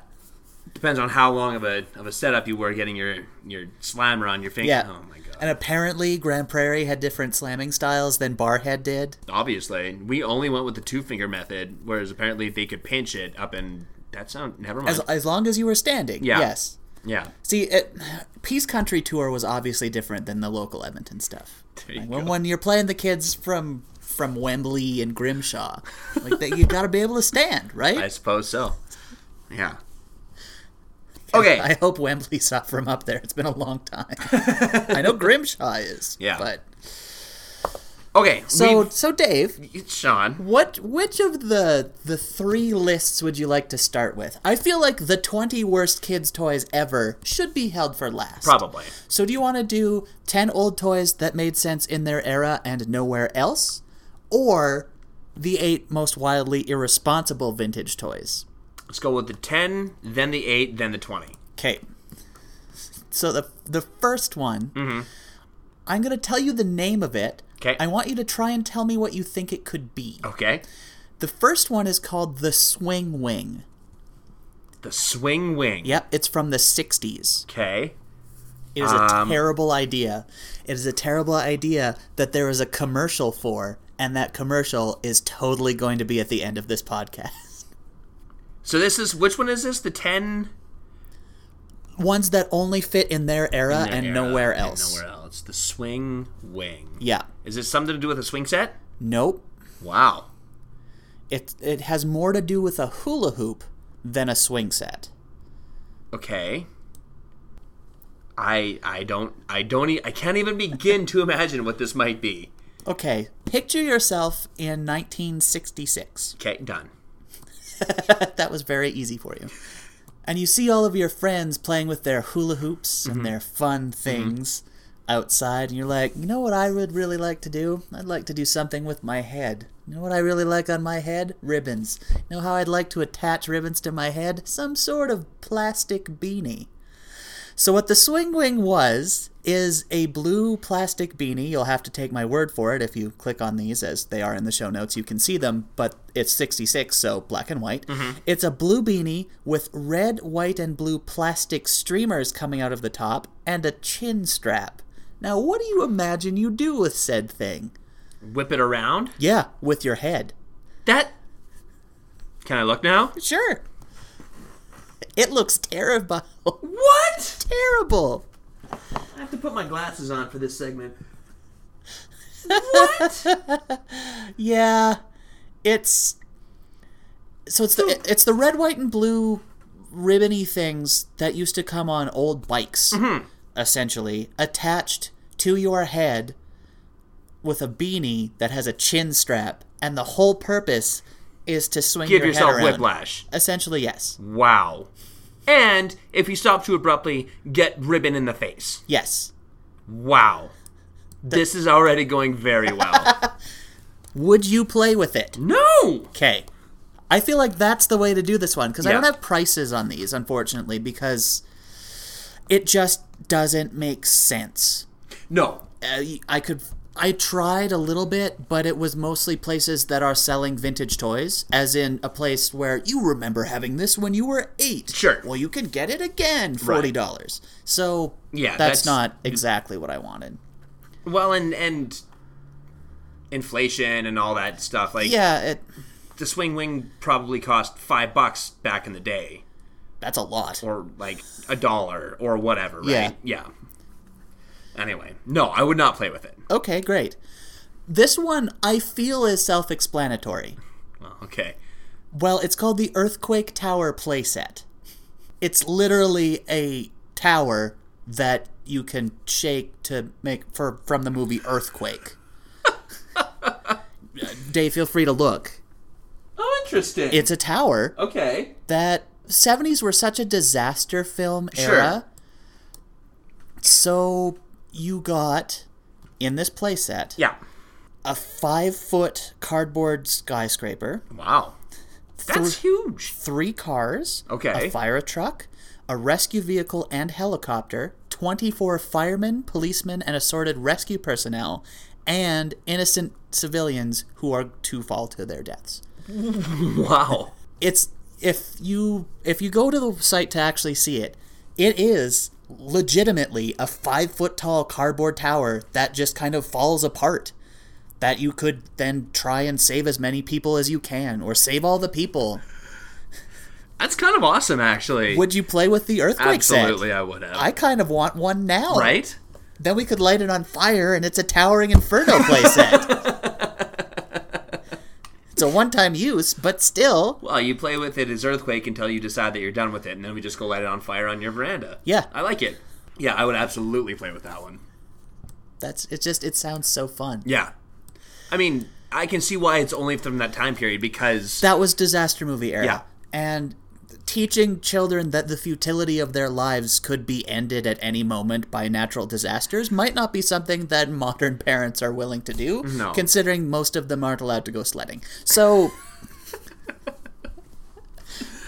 depends on how long of a of a setup you were getting your your slammer on your finger.
Yeah.
Oh my god!
And apparently, Grand Prairie had different slamming styles than Barhead did.
Obviously, we only went with the two finger method, whereas apparently they could pinch it up and that sound. Never mind.
As, as long as you were standing.
Yeah.
Yes.
yeah,
See, it, Peace Country Tour was obviously different than the local Edmonton stuff.
There you
Like, when,
go.
when you're playing the kids from from Wembley and Grimshaw, like that, you got to be able to stand, right?
I suppose so. Yeah. Okay.
I hope Wembley saw from up there. It's been a long time. I know Grimshaw is.
Yeah.
But
okay.
so so Dave,
we- Sean.
what which of the the three lists would you like to start with? I feel like the 20 worst kids toys ever should be held for last.
Probably.
So do you want to do 10 old toys that made sense in their era and nowhere else or the 8 most wildly irresponsible vintage toys?
Let's go with the ten, then the eight, then the twenty.
Okay. So the the first one, I'm gonna tell you the name of it.
'Kay.
I want you to try and tell me what you think it could be.
Okay.
The first one is called the Swing Wing.
The swing wing.
Yep, it's from the '60s.
Okay.
It is a
Um,
terrible idea. It is a terrible idea that there is a commercial for, and that commercial is totally going to be at the end of this podcast.
So this is which one is this? The ten.
Ones that only fit in their era and
Yeah,
nowhere
and
else.
Nowhere else. The swing wing.
Yeah.
Is this something to do with a swing set?
Nope.
Wow.
it it has more to do with a hula hoop than a swing set.
Okay. I I don't I don't e- I can't even begin to imagine what this might be.
Okay, picture yourself in 1966.
Okay, done.
that was very easy for you. And you see all of your friends playing with their hula hoops and their fun things outside, and you're like, you know what I would really like to do? I'd like to do something with my head. You know what I really like on my head? Ribbons. You know how I'd like to attach ribbons to my head? Some sort of plastic beanie. So what the swing wing was is a blue plastic beanie. You'll have to take my word for it. If you click on these, as they are in the show notes, you can see them. But it's 66, so black and white. It's a blue beanie with red, white, and blue plastic streamers coming out of the top and a chin strap. Now, what do you imagine you do with said thing?
Whip it around.
Yeah, with your head.
That Can I look now?
Sure. It looks terrible.
What?
terrible.
I have to put my glasses on for this segment.
Yeah, it's so it's the it's the red, white, and blue ribbony things that used to come on old bikes,
Mm-hmm.
essentially attached to your head with a beanie that has a chin strap, and the whole purpose is to swing
Give
your
yourself
head around.
whiplash.
Essentially, yes,
Wow. And if you stop too abruptly, get ribbon in the face.
yes.
Wow. This is already going very well.
Would you play with it?
no.
Okay. I feel like that's the way to do this one because I
Yeah.
don't have prices on these, unfortunately, because it just doesn't make sense.
No.
Uh, y- I could. I tried a little bit, but it was mostly places that are selling vintage toys, as in a place where you remember having this when you were eight.
Sure.
Well, you can get it again, forty dollars. So
Yeah,
that's,
that's-
not exactly what I wanted.
Well, and and inflation and all that stuff. Like
Yeah, it,
the swing wing probably cost five bucks back in the day,
that's a lot.
or like a dollar or whatever.
Yeah.
Right? Yeah. Anyway, no, I would not play with it.
Okay, great. This one I feel is self-explanatory.
Well, okay.
Well, it's called the Earthquake Tower playset. It's literally a tower that you can shake to make for from the movie Earthquake. Dave, feel free to look.
Oh, interesting.
It's a tower
okay.
that 70s were such a disaster film era. So you got in this playset
Yeah.
a five foot cardboard skyscraper.
Wow. That's huge.
three cars,
Okay.
a fire truck, a rescue vehicle and helicopter, 24 firemen, policemen, and assorted rescue personnel, and innocent civilians who are to fall to their deaths.
Wow.
It's if you if you go to the site to actually see it, it is legitimately a five foot tall cardboard tower that just kind of falls apart. That you could then try and save as many people as you can, or save all the people.
That's kind of awesome, actually.
Would you play with the earthquake set?
Absolutely, I would have.
I kind of want one now.
right?
Then we could light it on fire and it's a towering inferno playset. it's a one time use, but still.
Well, you play with it as earthquake until you decide that you're done with it, and then we just go light it on fire on your veranda.
Yeah.
I like it. Yeah, I would absolutely play with that one.
That's it just it sounds so fun.
Yeah. I mean, I can see why it's only from that time period because
That was disaster movie era.
Yeah.
And teaching children that the futility of their lives could be ended at any moment by natural disasters might not be something that modern parents are willing to do,
No.
considering most of them aren't allowed to go sledding. So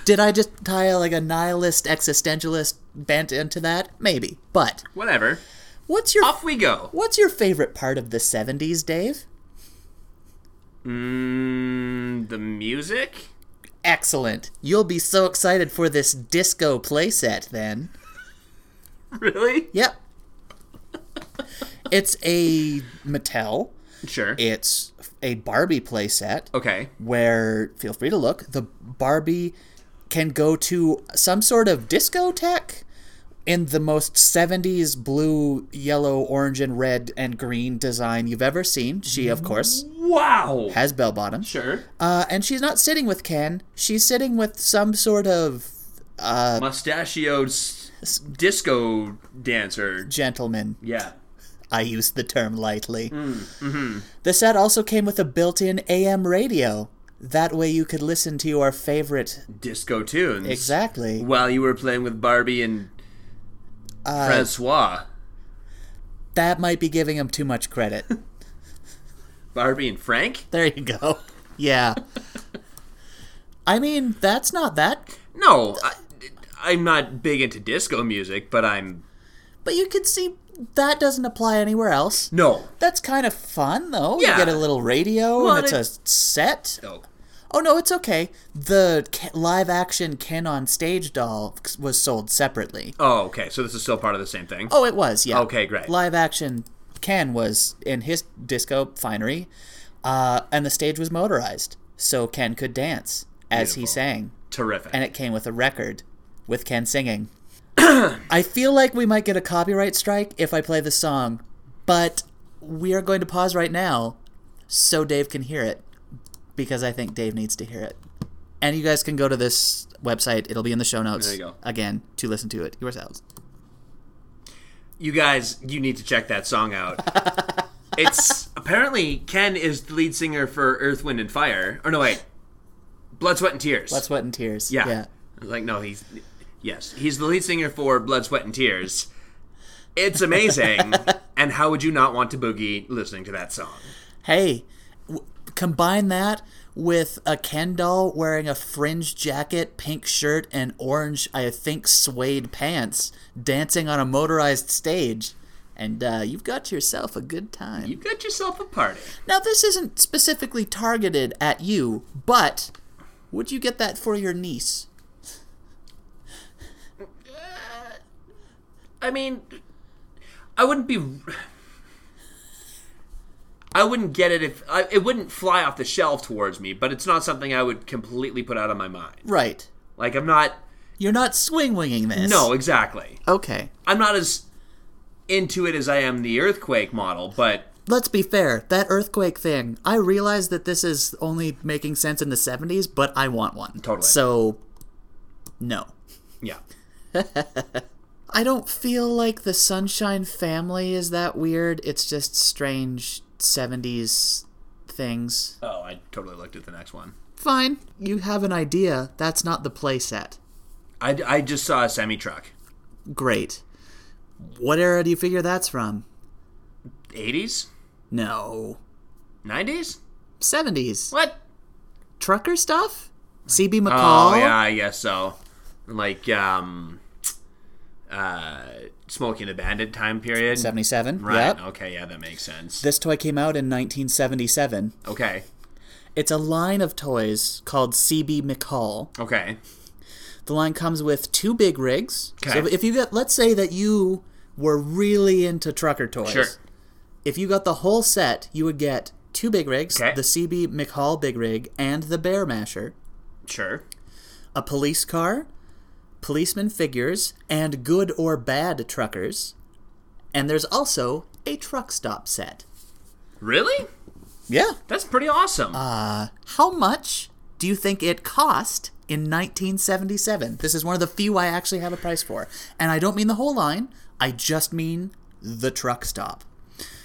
Did I just tie like a nihilist existentialist bent into that? Maybe. But
whatever.
what's your
Off we go.
what's your favorite part of the 70s, Dave?
Mm, the music?
Excellent. You'll be so excited for this disco playset then.
Really?
Yep. it's a Mattel.
Sure.
It's a Barbie playset
okay.
where, feel free to look, the Barbie can go to some sort of discotheque in the most 70s blue, yellow, orange, and red and green design you've ever seen. She, of course,
Wow.
has bell bottoms.
Sure.
Uh, and she's not sitting with Ken, she's sitting with some sort of
Mustachioed s- disco dancer.
gentleman.
Yeah.
I use the term lightly.
Mm, mm-hmm.
The set also came with a built in AM radio. That way you could listen to your favorite.
Disco tunes.
Exactly.
While you were playing with Barbie and Francois.
That might be giving him too much credit.
Barbie and Frank?
there you go. Yeah. I mean, that's not that.
No. I, I'm not big into disco music, but I'm.
But you can see that doesn't apply anywhere else.
No.
That's kind of fun, though. You
Yeah.
get a little radio,
Well,
and it's
it-
a set.
No.
Oh no, it's okay. The ca- live-action Ken on stage doll was sold separately.
Oh, okay. So this is still part of the same thing.
Oh, it was, yeah.
Okay, great.
Live action Ken was in his disco finery, uh, and the stage was motorized, so Ken could dance as he
Beautiful.
sang,
Terrific.
and it came with a record with Ken singing. I feel like we might get a copyright strike if I play the song, but we are going to pause right now so Dave can hear it because I think Dave needs to hear it. And you guys can go to this website. It'll be in the show notes
There you go.
again to listen to it yourselves.
you guys, you need to check that song out. it's apparently Ken is the lead singer for Earth, Wind, and Fire. Or no, wait, Blood, Sweat, and Tears.
Blood, sweat, and tears.
yeah. I was Like no, he's yes, he's the lead singer for Blood, Sweat, and Tears. It's amazing, and how would you not want to boogie listening to that song?
Hey, w- combine that with a Ken doll wearing a fringe jacket, pink shirt, and orange, I think, suede pants, dancing on a motorized stage, and uh, you've got yourself a good time.
You got yourself a party.
Now, this isn't specifically targeted at you, but would you get that for your niece?
I mean, I wouldn't be. I wouldn't get it if I, it wouldn't fly off the shelf towards me, but it's not something I would completely put out of my mind.
Right.
Like I'm not.
You're not swing winging this.
No, exactly.
Okay.
I'm not as into it as I am the earthquake model, but
let's be fair that earthquake thing i realize that this is only making sense in the 70s but i want one
Totally.
so no
yeah.
i don't feel like the sunshine family is that weird it's just strange 70s things
Oh, I totally looked at the next one.
fine you have an idea that's not the playset
I, I just saw a semi truck.
great what era do you figure that's from
80s,
no
90s.
70s
What?
trucker stuff cb mccall
Oh yeah, I guess so. Like um, uh, uh, Smoking the Bandit time period.
77.
Right.
Yep.
Okay. Yeah, that makes sense.
This toy came out in 1977.
okay.
It's a line of toys called CB McCall.
Okay.
The line comes with two big rigs.
Okay.
So if you got, let's say that you were really into trucker toys.
Sure.
If you got the whole set, you would get two big rigs,
Okay.
the CB McCall big rig and the Bear Masher,
Sure.
a police car, policeman figures, and good or bad truckers. And there's also a truck stop set.
Really?
Yeah.
That's pretty awesome.
Uh, How much do you think it cost in 1977? This is one of the few I actually have a price for. And I don't mean the whole line, I just mean the truck stop.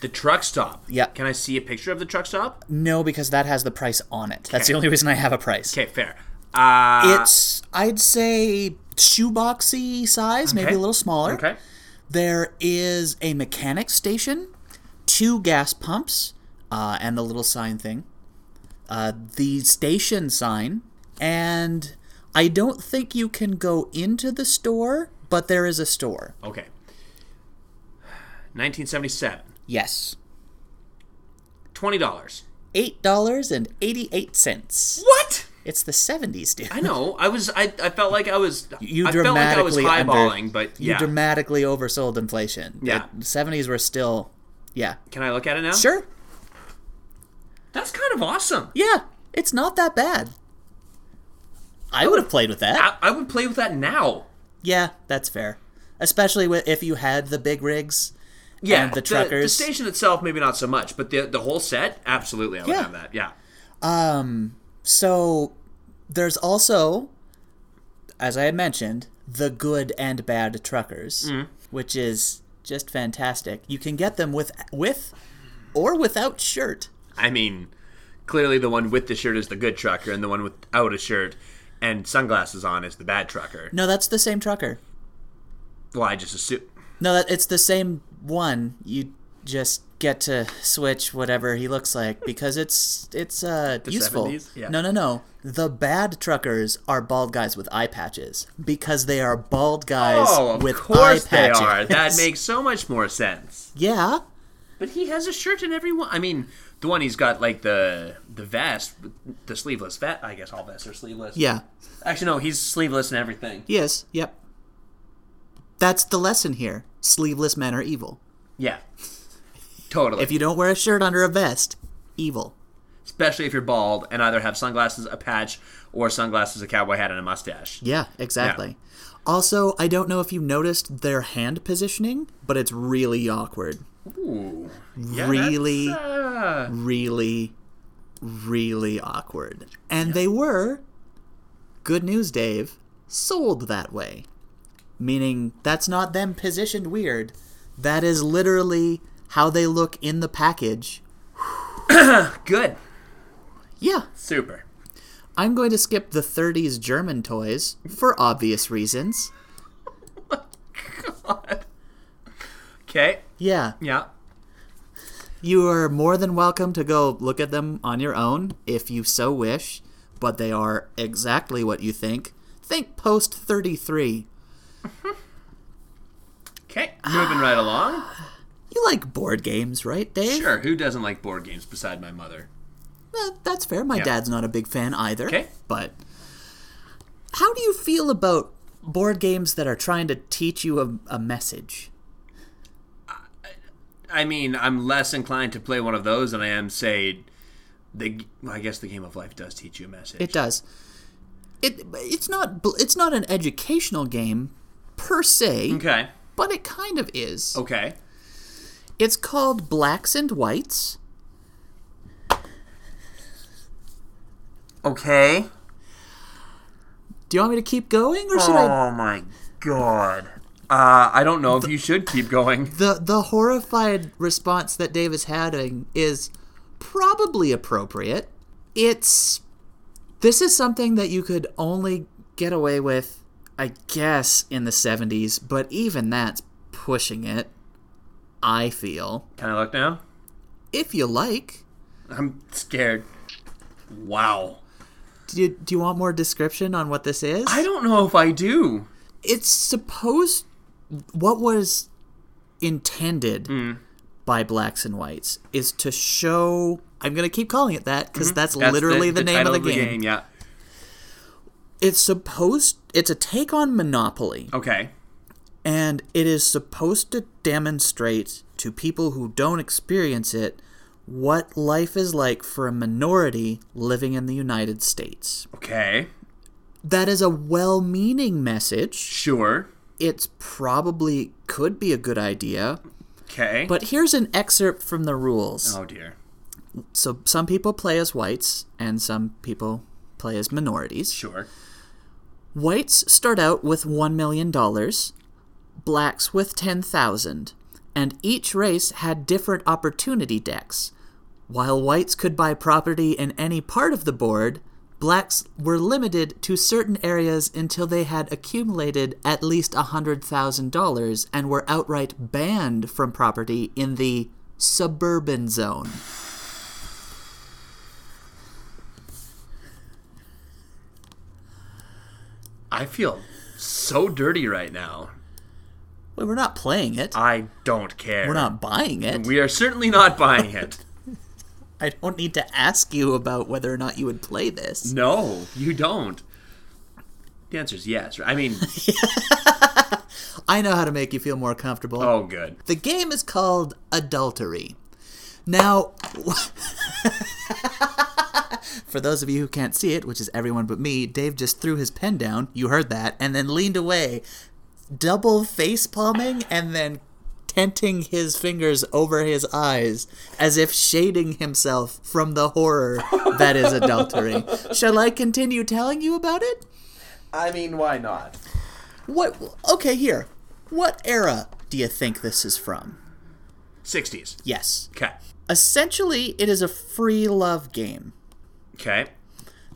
the truck stop.
Yeah. Mm.
Can I see a picture of the truck stop?
No, because that has the price on it. That's the only reason I have a price.
Okay. Fair. Uh,
It's, I'd say, shoeboxy size, maybe
Okay.
a little smaller.
okay.
There is a mechanic station, two gas pumps, uh, and the little sign thing, uh, the station sign, and I don't think you can go into the store, but there is a store.
Okay. 1977.
Yes.
Twenty dollars.
$8.88.
What?
It's the 70s, dude.
I know. I was. I, I felt like I was.
You
I felt like I was
dramatically under-
highballing, but
You
yeah.
dramatically oversold inflation.
Yeah.
The 70s were still. Yeah.
Can I look at it now?
Sure.
That's kind of awesome.
Yeah. It's not that bad. I would have played with that.
I, I would play with that now.
Yeah, that's fair. Especially wi- if you had the big rigs.
Yeah,
and the
The,
truckers.
station itself, maybe not so much, but the the whole set, absolutely, I would
Yeah.
have that. Yeah.
So there's also, as I had mentioned, the good and bad truckers, which is just fantastic. You can get them with with or without shirt.
I mean, clearly the one with the shirt is the good trucker, and the one without a shirt and sunglasses on is the bad trucker.
No, that's the same trucker.
Well, I just assume.
No, that it's the same one. You just get to switch whatever he looks like because it's it's uh useful.
70s? Yeah.
No, no, no. The bad truckers are bald guys with eye patches because they are bald guys
Oh, of
with eye
course they
patches.
are. That makes so much more sense.
yeah.
But he has a shirt in every one. I mean, the one he's got like the the vest, the sleeveless vest. I guess all vests are sleeveless.
Yeah.
Actually, no, he's sleeveless and everything.
Yes. Yep. That's the lesson here. Sleeveless men are evil.
Yeah. Totally.
If you don't wear a shirt under a vest, evil.
especially if you're bald and either have sunglasses, a patch, or sunglasses, a cowboy hat, and a mustache.
Yeah, exactly. Also, I don't know if you noticed their hand positioning, but it's really awkward.
Ooh,
Really?
that's, uh,
really, really awkward. And they were, good news, Dave, sold that way. Meaning, that's not them positioned weird. That is literally how they look in the package.
good.
Yeah,
Super.
I'm going to skip the 30s German toys for obvious reasons.
Okay.
Yeah,
Yeah.
you are more than welcome to go look at them on your own if you so wish, but they are exactly what you think. Think post 33.
Okay. Moving right along.
You like board games, right, Dave?
Sure. Who doesn't like board games beside my mother?
Eh, that's fair. My dad's not a big fan either.
Okay.
But how do you feel about board games that are trying to teach you a, a message?
I mean, I'm less inclined to play one of those than I am, say, the. Well, I guess the game of life does teach you a message.
It does. It it's not bl- it's not an educational game per se,
Okay. Oh.
but it kind of is.
Okay.
It's called Blacks and Whites.
Okay.
Do you want me to keep going or should I
Oh my god. Uh, I don't know if you should keep going.
the the horrified response that Dave is having is probably appropriate. It's this is something that you could only get away with, I guess, in the '70s, but even that's pushing it. I feel,
Can I look now?
if you like,
I'm scared. Wow.
do you, do you want more description on what this is?
I don't know if I do.
it's supposed what was intended by blacks and whites is to show. I'm going to keep calling it that because Mm-hmm. that's,
That's
literally the, name of
title
the game.
Yeah.
It's supposed. It's a take on Monopoly,
Okay.
and it is supposed to demonstrate to people who don't experience it what life is like for a minority living in the United States.
Okay.
That is a well-meaning message.
Sure.
it's probably could be a good idea.
Okay.
But here's an excerpt from the rules.
oh dear.
So some people play as whites and some people play as minorities.
Sure.
Whites start out with 1 million dollars, blacks with 10,000, and each race had different opportunity decks. While whites could buy property in any part of the board, blacks were limited to certain areas until they had accumulated at least $100,000 and were outright banned from property in the suburban zone.
I feel so dirty right now.
Well, we're not playing it.
I don't care.
We're not buying it.
We are certainly not buying it.
I don't need to ask you about whether or not you would play this.
no, you don't. The answer is yes. right? I mean,
I know how to make you feel more comfortable.
oh, good.
The game is called Adultery. Now, for those of you who can't see it, which is everyone but me, Dave just threw his pen down. You heard that, and then leaned away, double face palming, and then tenting his fingers over his eyes as if shading himself from the horror that is adultery. Shall I continue telling you about it?
I mean, why not?
What? Okay, here. What era do you think this is from?
60s.
Yes.
Okay.
Essentially, it is a free love game.
Okay.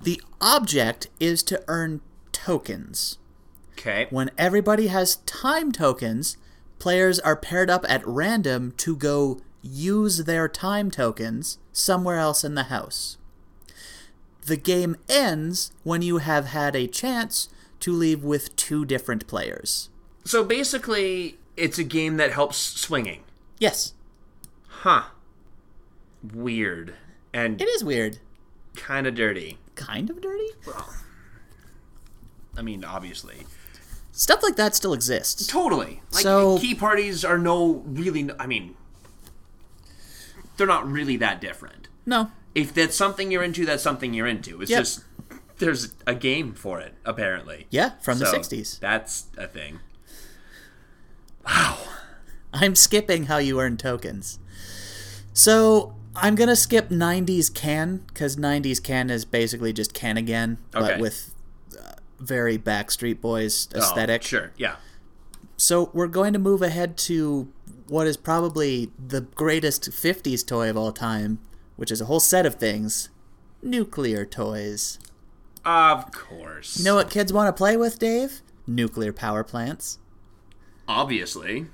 The object is to earn tokens.
Okay.
When everybody has time tokens, players are paired up at random to go use their time tokens somewhere else in the house. The game ends when you have had a chance to leave with two different players.
So basically, it's a game that helps swinging.
Yes,
Huh. Weird. And
it is weird.
kind of dirty.
Kind of dirty?
I mean, obviously.
Stuff like that still exists.
Totally. Like,
So-
key parties are no really. I mean, they're not really that different.
No,
If that's something you're into, that's something you're into. It's
Yep.
just there's a game for it, apparently.
Yeah, from the
So,
60s.
That's a thing.
I'm skipping how you earn tokens. So I'm going to skip 90s can, because 90s can is basically just can again, but
Okay.
with uh, very Backstreet Boys
Oh,
aesthetic.
sure. Yeah.
So we're going to move ahead to what is probably the greatest 50s toy of all time, which is a whole set of things nuclear toys.
Of course.
You know what kids want to play with, Dave? Nuclear power plants.
Obviously.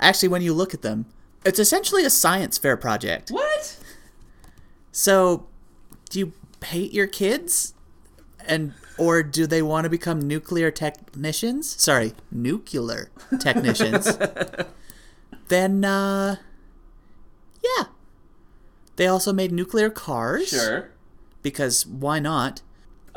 Actually, when you look at them, it's essentially a science fair project.
What?
So, do you hate your kids? And or do they want to become nuclear technicians? Sorry, nuclear technicians. then uh yeah. They also made nuclear cars
Sure.
because why not?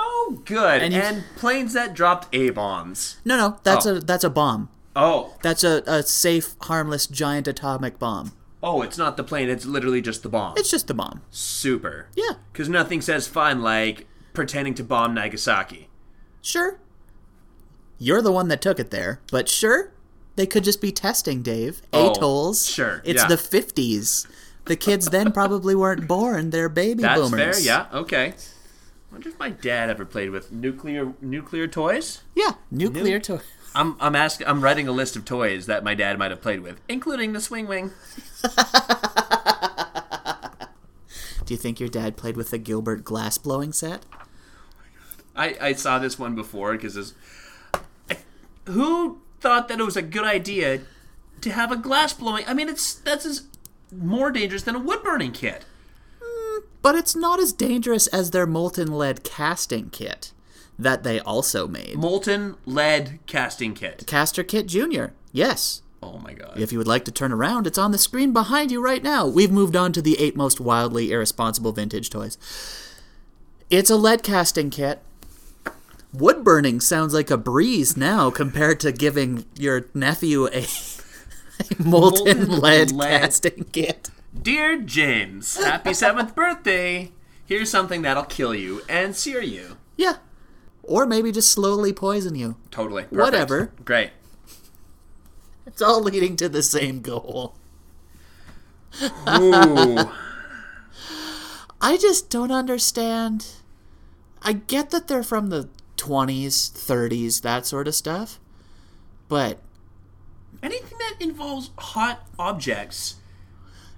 Oh, good. And,
you-
planes that dropped A bombs.
No, no, that's
Oh.
a that's a bomb.
Oh.
That's a, a safe, harmless, giant atomic bomb.
Oh, it's not the plane. It's literally just the bomb.
It's just a bomb.
Super.
Yeah,
Because nothing says fun like pretending to bomb Nagasaki.
sure. You're the one that took it there, but sure. They could just be testing, Dave.
Oh,
Atolls.
sure,
It's
yeah.
the 50s. The kids then probably weren't born. They're baby
That's
boomers.
fair. Yeah. Okay. Wonder if my dad ever played with nuclear nuclear toys.
Yeah. Nuclear to.
I'm I'm asking. I'm writing a list of toys that my dad might have played with, including the swing wing.
Do you think your dad played with the Gilbert glass blowing set?
I I saw this one before because this. Who thought that it was a good idea to have a glass blowing? I mean, it's that's as more dangerous than a wood burning kit.
But it's not as dangerous as their molten lead casting kit that they also made.
Molten lead casting kit.
Caster Kit Jr. Yes.
Oh my god.
If you would like to turn around, it's on the screen behind you right now. We've moved on to the eight most wildly irresponsible vintage toys. It's a lead casting kit. Wood burning sounds like a breeze now compared to giving your nephew a, a molten,
Molten
lead,
lead.
casting kit.
Dear James, happy seventh birthday. Here's something that'll kill you and sear you.
Yeah. Or maybe just slowly poison you.
Totally. Perfect.
Whatever.
Great.
It's all leading to the same goal.
Ooh.
I just don't understand. I get that they're from the 20s, 30s, that sort of stuff. But
Anything that involves hot objects.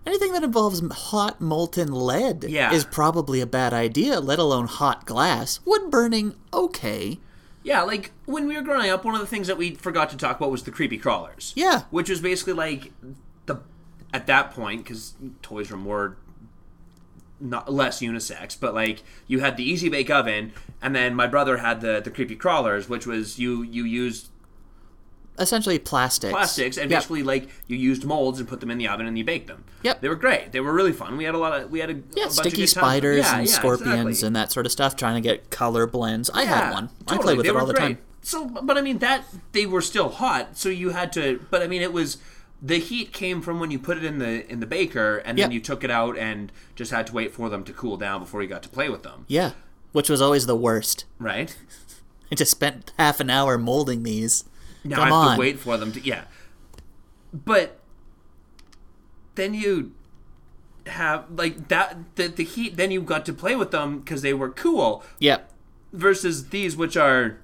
anything that involves m- hot molten lead
Yeah.
is probably a bad idea, let alone hot glass. Wood burning, okay.
Yeah, like when we were growing up, one of the things that we forgot to talk about was the creepy crawlers.
Yeah.
which was basically like the at that point because toys were more not less unisex, but like you had the easy bake oven, and then my brother had the the creepy crawlers, which was you you used
Essentially plastics.
plastics and
Yep.
basically like you used molds and put them in the oven and you baked them.
Yep.
they were great. They were really fun. We had a lot of we had a a
Yeah,
bunch of
sticky
good times.
spiders
Yeah,
and
yeah,
scorpions
exactly.
and that sort of stuff, trying to get color blends. I had one. I play with
They
it
were
all the
great.
time.
So, but I mean that they were still hot, so you had to. But I mean, it was the heat came from when you put it in the in the baker, and then
Yep.
you took it out and just had to wait for them to cool down before you got to play with them,
Yeah. Which was always the worst.
right?
I just spent half an hour molding these.
Now
Come
I have
on.
to wait for them to yeah. But then you have like that the, the heat. Then you got to play with them because they were cool.
Yep.
versus these which are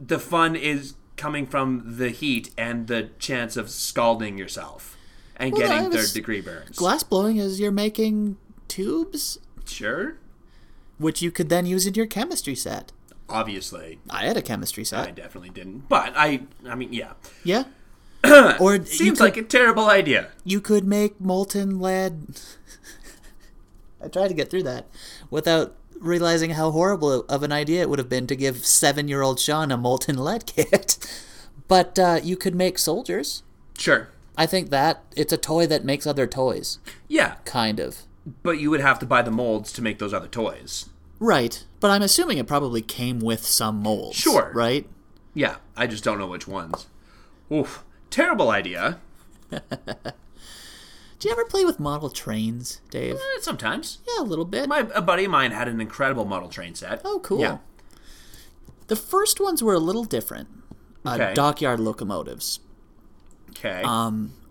the fun is coming from the heat and the chance of scalding yourself and
Well, I
getting
was
third degree burns.
Glass blowing is you're making tubes,
sure.
which you could then use in your chemistry set.
Obviously.
I had a chemistry set.
I definitely didn't. But I I mean yeah.
Yeah. or you
Seems
could,
like a terrible idea.
you could make molten lead. I tried to get through that without realizing how horrible of an idea it would have been to give seven-year-old Sean a molten lead kit. but uh, you could make soldiers.
Sure.
I think that it's a toy that makes other toys,
Yeah.
kind of.
But you would have to buy the molds to make those other toys.
Right, but I'm assuming it probably came with some molds.
Sure.
Right?
Yeah, I just don't know which ones. Oof. Terrible idea.
Do you ever play with model trains, Dave?
Eh, Sometimes.
Yeah, a little bit.
My a buddy of mine had an incredible model train set.
Oh, cool.
Yeah.
The first ones were a little different. Uh,
Okay.
dockyard locomotives.
Okay.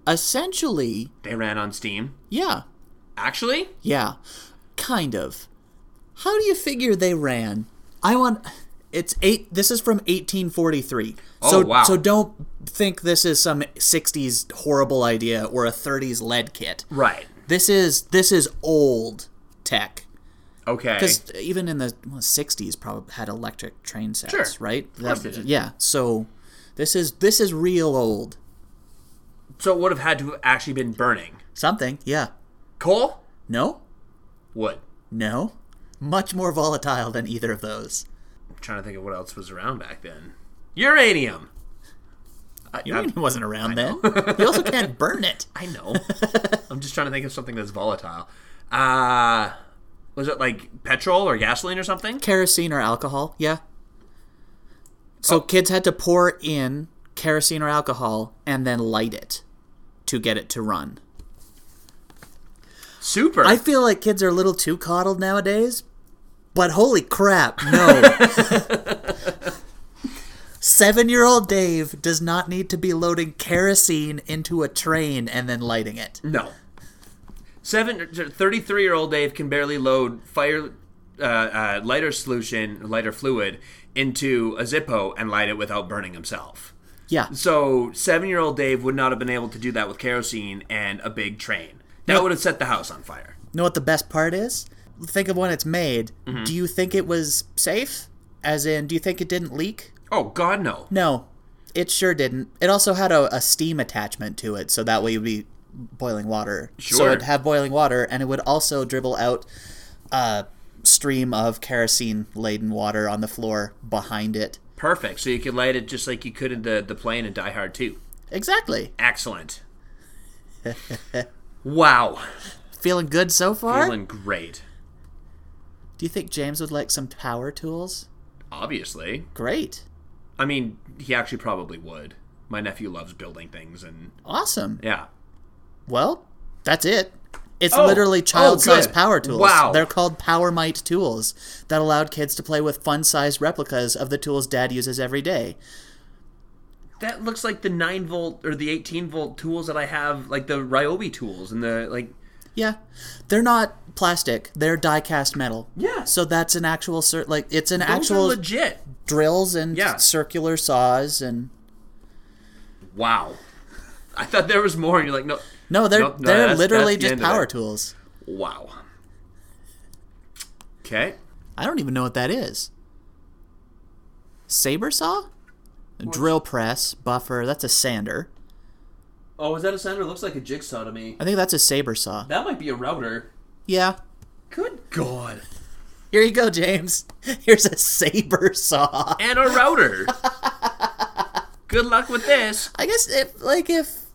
Essentially,
they ran on Steam.
yeah,
Actually,
yeah, kind of. How do you figure they ran? I want. It's eight. This is from 1843. so,
Oh, wow.
So don't think this is some 60s horrible idea or a 30s lead kit.
right.
This is this is old tech.
Okay.
Because even in the well, 60s, probably had electric train sets,
Sure.
right?
course they did.
Yeah. So this is this is real old
So it would have had to have actually been burning.
something. Yeah.
Coal?
No.
Wood.
No. Much more volatile than either of those.
I'm trying to think of what else was around back then. Uranium. Uh, I,
Uranium
I,
wasn't around then. you also can't burn it.
I know. I'm just trying to think of something that's volatile. Uh was it like petrol or gasoline or something?
Kerosene or alcohol. Yeah. So
Oh.
kids had to pour in kerosene or alcohol and then light it to get it to run.
Super.
I feel like kids are a little too coddled nowadays, but holy crap, no. Seven year old Dave does not need to be loading kerosene into a train and then lighting it.
no. Seven, 33 year old Dave can barely load fire uh, uh, lighter solution, lighter fluid, into a Zippo and light it without burning himself.
Yeah.
So seven year old Dave would not have been able to do that with kerosene and a big train. That would have set the house on fire.
Know what the best part is? Think of when it's made. Do you think it was safe? As in, do you think it didn't leak?
Oh God, no.
No, it sure didn't. It also had a, a steam attachment to it, so that way you'd be boiling water. So
Sure.
it'd have boiling water, and it would also dribble out a stream of kerosene laden water on the floor behind it.
Perfect. So you could light it just like you could in the the plane in Die Hard 2.
Exactly.
Excellent. wow.
Feeling good so far?
Feeling great.
Do you think James would like some power tools?
Obviously.
Great.
I mean, he actually probably would. My nephew loves building things and
Awesome.
yeah.
Well, that's it. It's
Oh,
literally
oh,
child-sized
good.
power tools.
Wow.
They're called Power Mite tools that allowed kids to play with fun-sized replicas of the tools dad uses every day.
That looks like the 9 volt or the 18 volt tools that I have like the Ryobi tools and the like
Yeah. They're not plastic. They're die-cast metal.
Yeah.
So that's an actual cir- like it's an
those
actual
are legit.
drills and
Yeah.
circular saws and
Wow. I thought there was more and you're like no
No, they're
Nope, no,
they're
that's-
literally
that's the
just
end of
power
it.
tools.
wow. Okay.
I don't even know what that is. Saber saw? Drill press, buffer, that's a sander.
Oh, is that a center? Looks like a jigsaw to me.
I think that's a saber saw.
That might be a router.
Yeah.
Good God.
Here you go, James. Here's a saber saw.
And a router. Good luck with this.
I guess if like if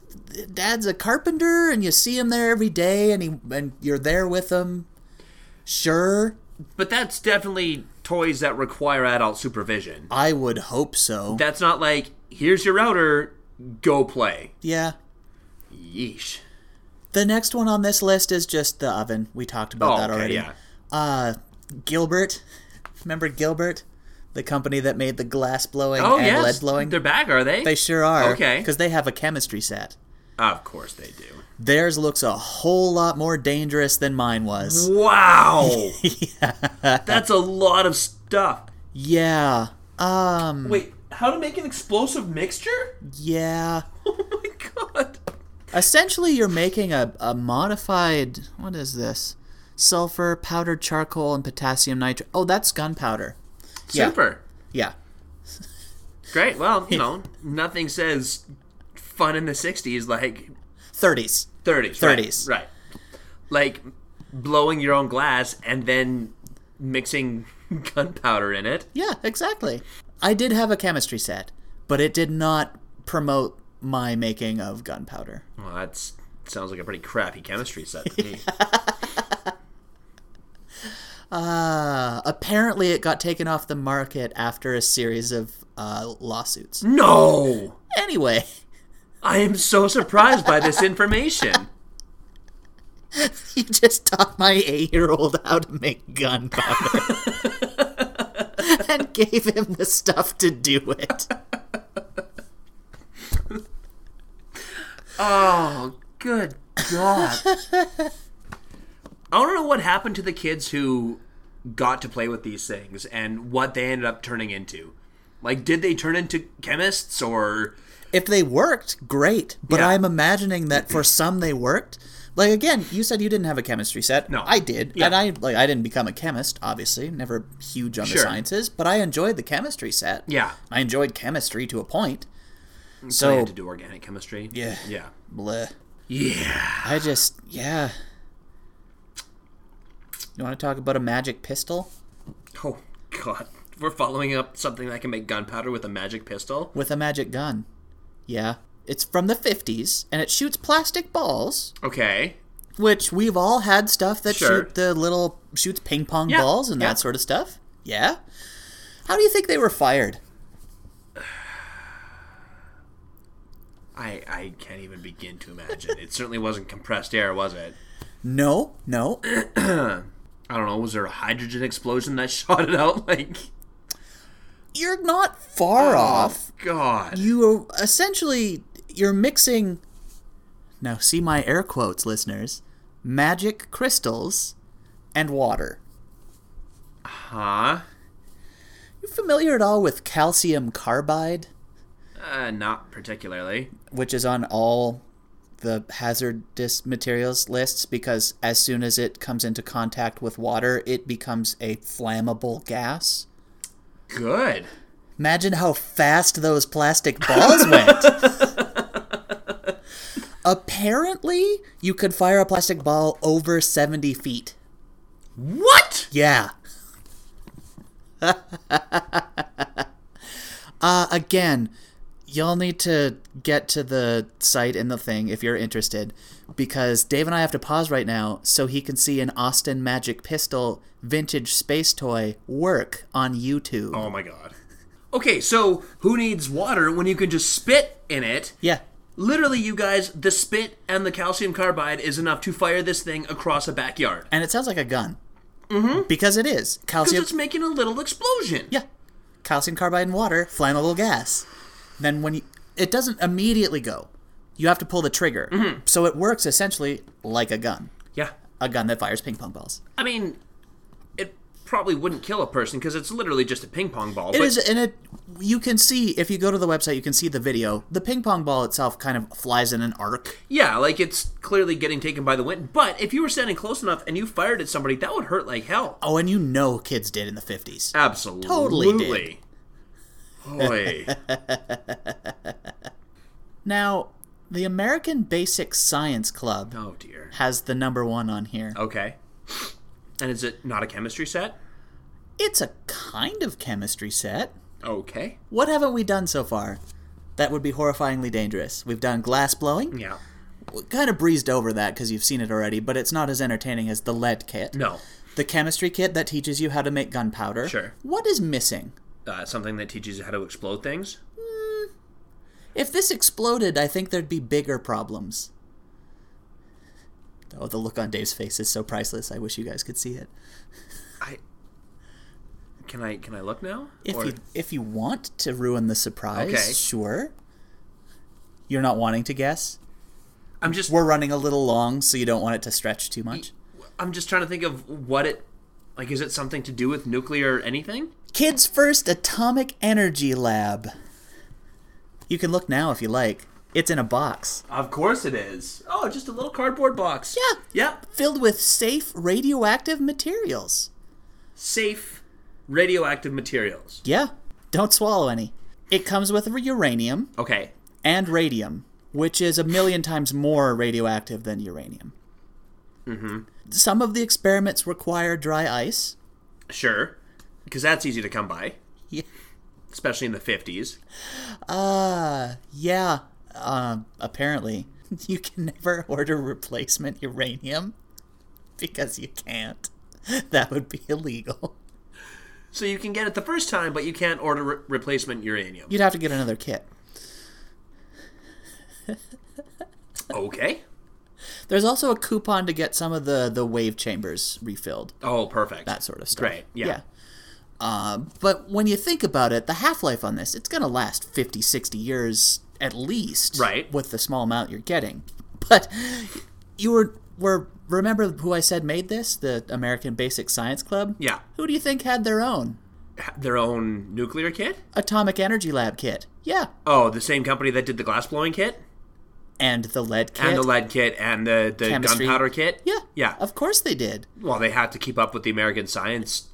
dad's a carpenter and you see him there every day and he and you're there with him, sure,
But that's definitely toys that require adult supervision.
I would hope so.
That's not like, here's your router, go play.
Yeah.
Yeesh.
The next one on this list is just the oven. We talked about
Oh,
that
okay,
already.
yeah.
uh Gilbert. Remember Gilbert? The company that made the glass blowing
Oh,
and
yes.
lead blowing?
They're back, are they?
they sure are.
Okay.
Because they have a chemistry set.
of course they do.
Theirs looks a whole lot more dangerous than mine was.
Wow. That's a lot of stuff.
Yeah. Um
Wait, how to make an explosive mixture?
yeah.
Oh my god.
Essentially you're making a, a modified what is this? Sulfur, powdered charcoal, and potassium nitrate. Oh, that's gunpowder. Yeah.
Super.
Yeah.
Great. Well, you know, nothing says fun in the 60s like
Thirties.
30s. right,
30s.
Right. Like blowing your own glass and then mixing gunpowder in it.
Yeah, exactly. I did have a chemistry set, but it did not promote my making of gunpowder.
Well, that's sounds like a pretty crappy chemistry set to me.
Uh, apparently, it got taken off the market after a series of uh, lawsuits.
no.
Anyway,
I am so surprised by this information.
you just taught my eight year old how to make gunpowder and gave him the stuff to do it.
Oh, good god. I don't know what happened to the kids who got to play with these things and what they ended up turning into. Like, did they turn into chemists or
If they worked, great. But
Yeah.
I'm imagining that for some they worked. Like again, you said you didn't have a chemistry set.
No.
I did,
Yeah.
and I like I didn't become a chemist. Obviously, never huge on the
Sure.
sciences, but I enjoyed the chemistry set.
Yeah.
I enjoyed chemistry to a point.
they
So
had to do organic chemistry?
Yeah.
Yeah.
bleh.
Yeah.
I just yeah. You want to talk about a magic pistol
Oh god. We're following up something that can make gunpowder with a magic pistol.
with a magic gun? Yeah, it's from the '50s, and it shoots plastic balls.
Okay.
Which we've all had stuff that
Sure.
shoot the little shoots ping pong
Yeah,
balls and
yeah.
that sort of stuff. Yeah. How do you think they were fired?
I I can't even begin to imagine. it certainly wasn't compressed air, was it?
No, no.
I don't know, was there a hydrogen explosion that shot it out like oh,
You're not far off.
God.
You are essentially you're mixing now see my air quotes listeners magic crystals and water.
Huh?
You familiar at all with calcium carbide,
Uh, not particularly.
which is on all the hazardous materials lists because as soon as it comes into contact with water, it becomes a flammable gas.
Good.
Imagine how fast those plastic balls went. Apparently, you could fire a plastic ball over 70 feet.
What?
Yeah. uh, again, y'all need to get to the site and the thing if you're interested because Dave and I have to pause right now so he can see an Austin Magic Pistol vintage space toy work on YouTube.
Oh my god. Okay, so who needs water when you can just spit in it?
Yeah.
Literally, you guys, the spit and the calcium carbide is enough to fire this thing across a backyard.
And it sounds like a gun. Mm-hmm. Because it is.
Because
Calcium
it's making a little explosion.
Yeah. Calcium carbide and water, flammable gas. Then when you, it doesn't immediately go. You have to pull the trigger. So it works essentially like a gun.
Yeah.
A gun that fires ping pong balls.
I mean, it probably wouldn't kill a person because it's literally just a ping pong ball.
It
but
is, and it you can see if you go to the website, you can see the video. The ping pong ball itself kind of flies in an arc.
yeah, like it's clearly getting taken by the wind. But if you were standing close enough and you fired at somebody, that would hurt like hell.
Oh, and you know kids did in the fifties.
Absolutely.
Totally
Boy.
Now, the American Basic Science Club
oh dear.
has the number one on here.
Okay. And is it not a chemistry set?
It's a kind of chemistry set.
Okay.
What haven't we done so far? That would be horrifyingly dangerous. We've done glass blowing.
Yeah.
We kind of breezed over that because you've seen it already, but it's not as entertaining as the lead kit.
No.
The chemistry kit that teaches you how to make gunpowder.
Sure.
What is missing?
Uh, something that teaches you how to explode things?
If this exploded, I think there'd be bigger problems. Oh, the look on Dave's face is so priceless. I wish you guys could see it.
I can I can I look now?
If
Or-
you if you want to ruin the surprise,
Okay.
sure. You're not wanting to guess.
I'm just
We're running a little long, so you don't want it to stretch too much.
I'm just trying to think of what it like. Is it something to do with nuclear anything?
Kids First Atomic Energy Lab. You can look now if you like. It's in a box.
Of course it is. Oh, just a little cardboard box.
Yeah.
Yeah.
Filled with safe radioactive materials.
Safe radioactive materials.
Yeah, don't swallow any. It comes with uranium
Okay.
and radium, which is a million times more radioactive than uranium. Mm-hmm. Some of the experiments require dry ice.
Sure. Because that's easy to come by,
Yeah,
especially in the 50s.
yeah uh, apparently. You can never order replacement uranium because you can't. That would be illegal.
So you can get it the first time, but you can't order re- replacement uranium.
You'd have to get another kit.
Okay.
There's also a coupon to get some of the, the wave chambers refilled.
Oh, perfect.
that sort of stuff.
Great, yeah.
Uh, but when you think about it, the half life on this, it's going to last 50, 60 years at least.
Right.
With the small amount you're getting. But you were, were remember who I said made this? The American Basic Science Club?
Yeah.
Who do you think had their own?
Their own nuclear kit?
Atomic Energy Lab kit. Yeah.
Oh, the same company that did the glass blowing kit?
And the lead kit.
And the lead kit and the, the
Chemistry.
gunpowder kit?
yeah.
Yeah.
Of course they did.
Well, they had to keep up with the American Science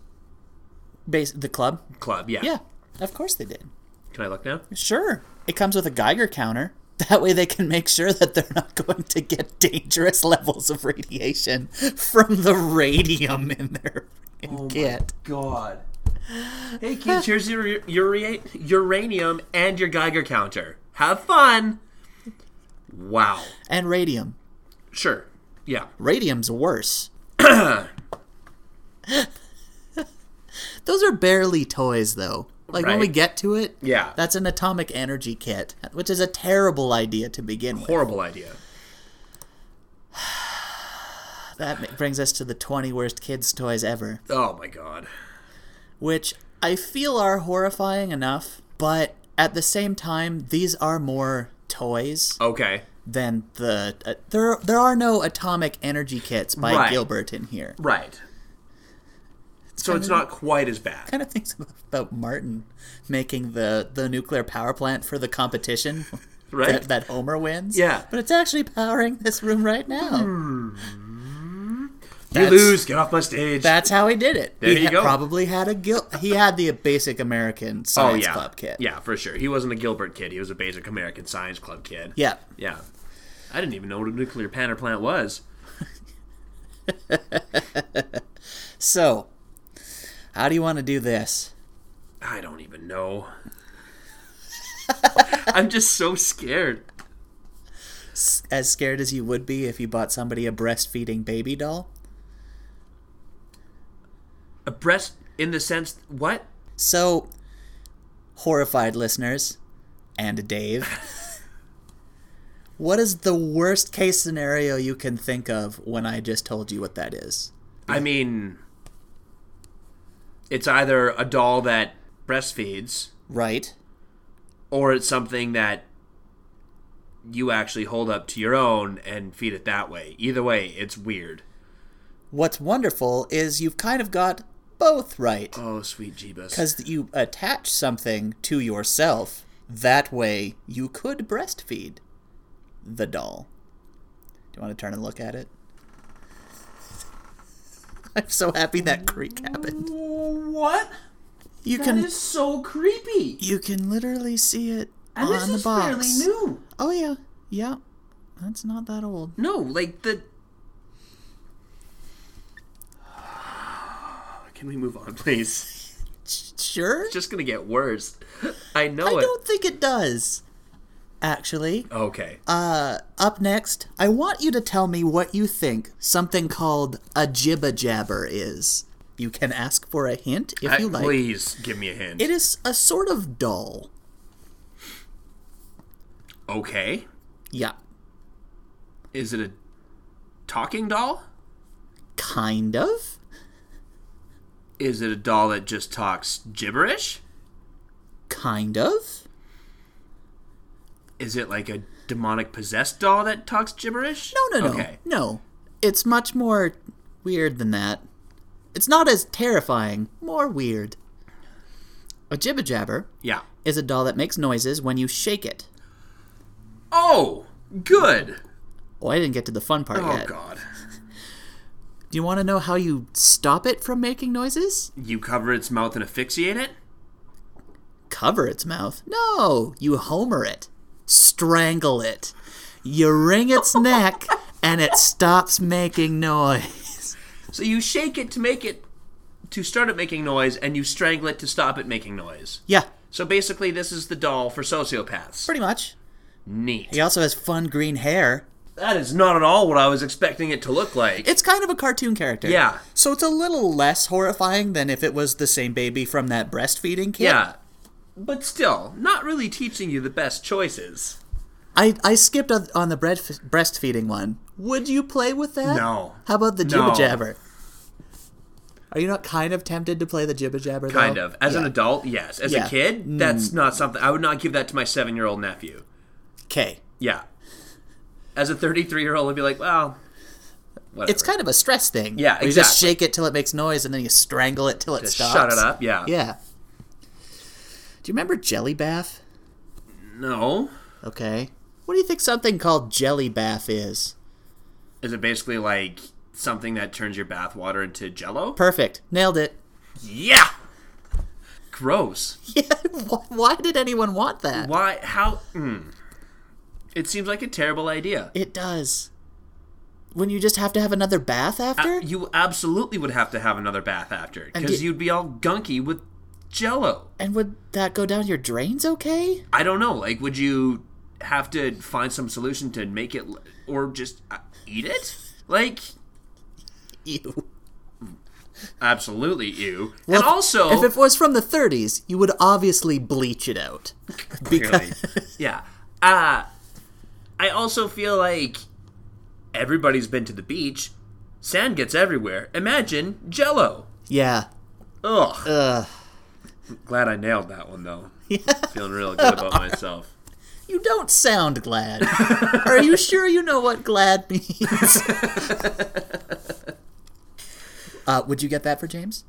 Base, the club?
Club. Yeah.
Yeah. Of course they did.
Can I look now?
Sure. It comes with a Geiger counter. That way they can make sure that they're not going to get dangerous levels of radiation from the radium in their
Oh
kit.
God. Hey kids, here's your u- ura- uranium and your Geiger counter. Have fun. Wow.
And radium.
Sure. Yeah.
Radium's worse. Those are barely toys, though. Like when we
Right.
get to it,
Yeah.
that's an atomic energy kit, which is a terrible idea to begin with.
Horrible idea.
That ma- brings us to the 20 worst kids' toys ever.
Oh my god.
which I feel are horrifying enough, but at the same time, these are more toys
Okay.
than the uh, there there are no atomic energy kits by
Right.
Gilbert in here.
Right. So it's not quite as bad.
Kind of thinks about Martin making the the nuclear power plant for the competition
Right.
that, that Homer wins.
Yeah.
but it's actually powering this room right now.
Hmm. You lose. Get off my stage.
That's how he did it.
There
he
you
ha-
go.
probably had a Gil- he had the basic American
oh
science
yeah.
club kit.
Yeah, for sure. He wasn't a Gilbert kid. He was a basic American Science Club kid.
yeah.
Yeah. I didn't even know what a nuclear power plant was.
So, how do you want to do this?
I don't even know. I'm just so scared.
S- As scared as you would be if you bought somebody a breastfeeding baby doll.
A breast in the sense what?
So, horrified listeners and Dave, what is the worst case scenario you can think of when I just told you what that is?
I mean, it's either a doll that breastfeeds
Right?
or it's something that you actually hold up to your own and feed it that way. Either way, it's weird.
What's wonderful is you've kind of got both right.
Oh, sweet Jeebus.
Because you attach something to yourself, that way you could breastfeed the doll. Do you want to turn and look at it? I'm so happy that creak happened.
What?
You can
so creepy.
you can literally see it on the box.
new.
Oh yeah, yeah. That's not that old.
No, like the. Can we move on, please?
Sure.
It's just gonna get worse. I know
I
it.
don't think it does. Actually,
Okay.
Uh, up next, I want you to tell me what you think something called a jibba jabber is. You can ask for a hint if
I-
you like.
Uh, Please give me a hint.
It is a sort of doll.
okay.
Yeah,
Is it a talking doll?
kind of.
Is it a doll that just talks gibberish?
Kind of.
Is it like a demonic possessed doll that talks gibberish?
No, no, no.
Okay.
No. It's much more weird than that. It's not as terrifying, more weird. A jibba jabber
Yeah.
is a doll that makes noises when you shake it.
Oh, good.
Oh, I didn't get to the fun part
Oh
yet.
God.
Do you want to know how you stop it from making noises?
You cover its mouth and asphyxiate it.
Cover its mouth. No, you homer it. Strangle it. You wring its neck and it stops making noise.
So you shake it to make it to start it making noise, and you strangle it to stop it making noise.
Yeah,
So basically, this is the doll for sociopaths.
pretty much.
Neat.
He also has fun green hair.
That is not at all what I was expecting it to look like.
It's kind of a cartoon character.
Yeah.
So it's a little less horrifying than if it was the same baby from that breastfeeding kid.
yeah. But still, not really teaching you the best choices.
I, I skipped on on the breadf- breastfeeding one. Would you play with that?
No.
How about the
No.
Jibba Jabber? Are you not kind of tempted to play the Jibba Jabber? though?
Kind of. As an
Yeah.
adult, yes. As
Yeah. Mm.
a kid, that's not something I would not give that to my seven year old nephew.
Okay.
Yeah. As a thirty three year old, I'd be like, well, whatever.
It's kind of a stress thing.
Yeah,
Where You just
exactly.
shake it till it makes noise, and then you strangle it till it
Just
stops.
shut it up. Yeah.
Yeah. Do you remember Jelly Bath?
No.
Okay. What do you think something called Jelly Bath is?
Is it basically like something that turns your bathwater into jello?
Perfect. Nailed it.
Yeah. Gross.
Yeah. wh- Why did anyone want that?
Why? How? Mm. It seems like a terrible idea.
It does. When you just have to have another bath
Uh,
after?
You absolutely would have to have another bath after because
do-
you'd be all gunky with jello.
And would that go down your drains okay?
I don't know. Like, would you have to find some solution to make it, l- or just uh, eat it? Like,
Ew.
absolutely, you. and also,
If it was from the 30s, you would obviously bleach it out.
clearly. yeah. Uh, I also feel like everybody's been to the beach. Sand gets everywhere. Imagine jello.
Yeah.
Ugh. Glad I nailed that one though. Feeling real good about myself.
You don't sound glad. Are you sure you know what glad means? uh, would you get that for James?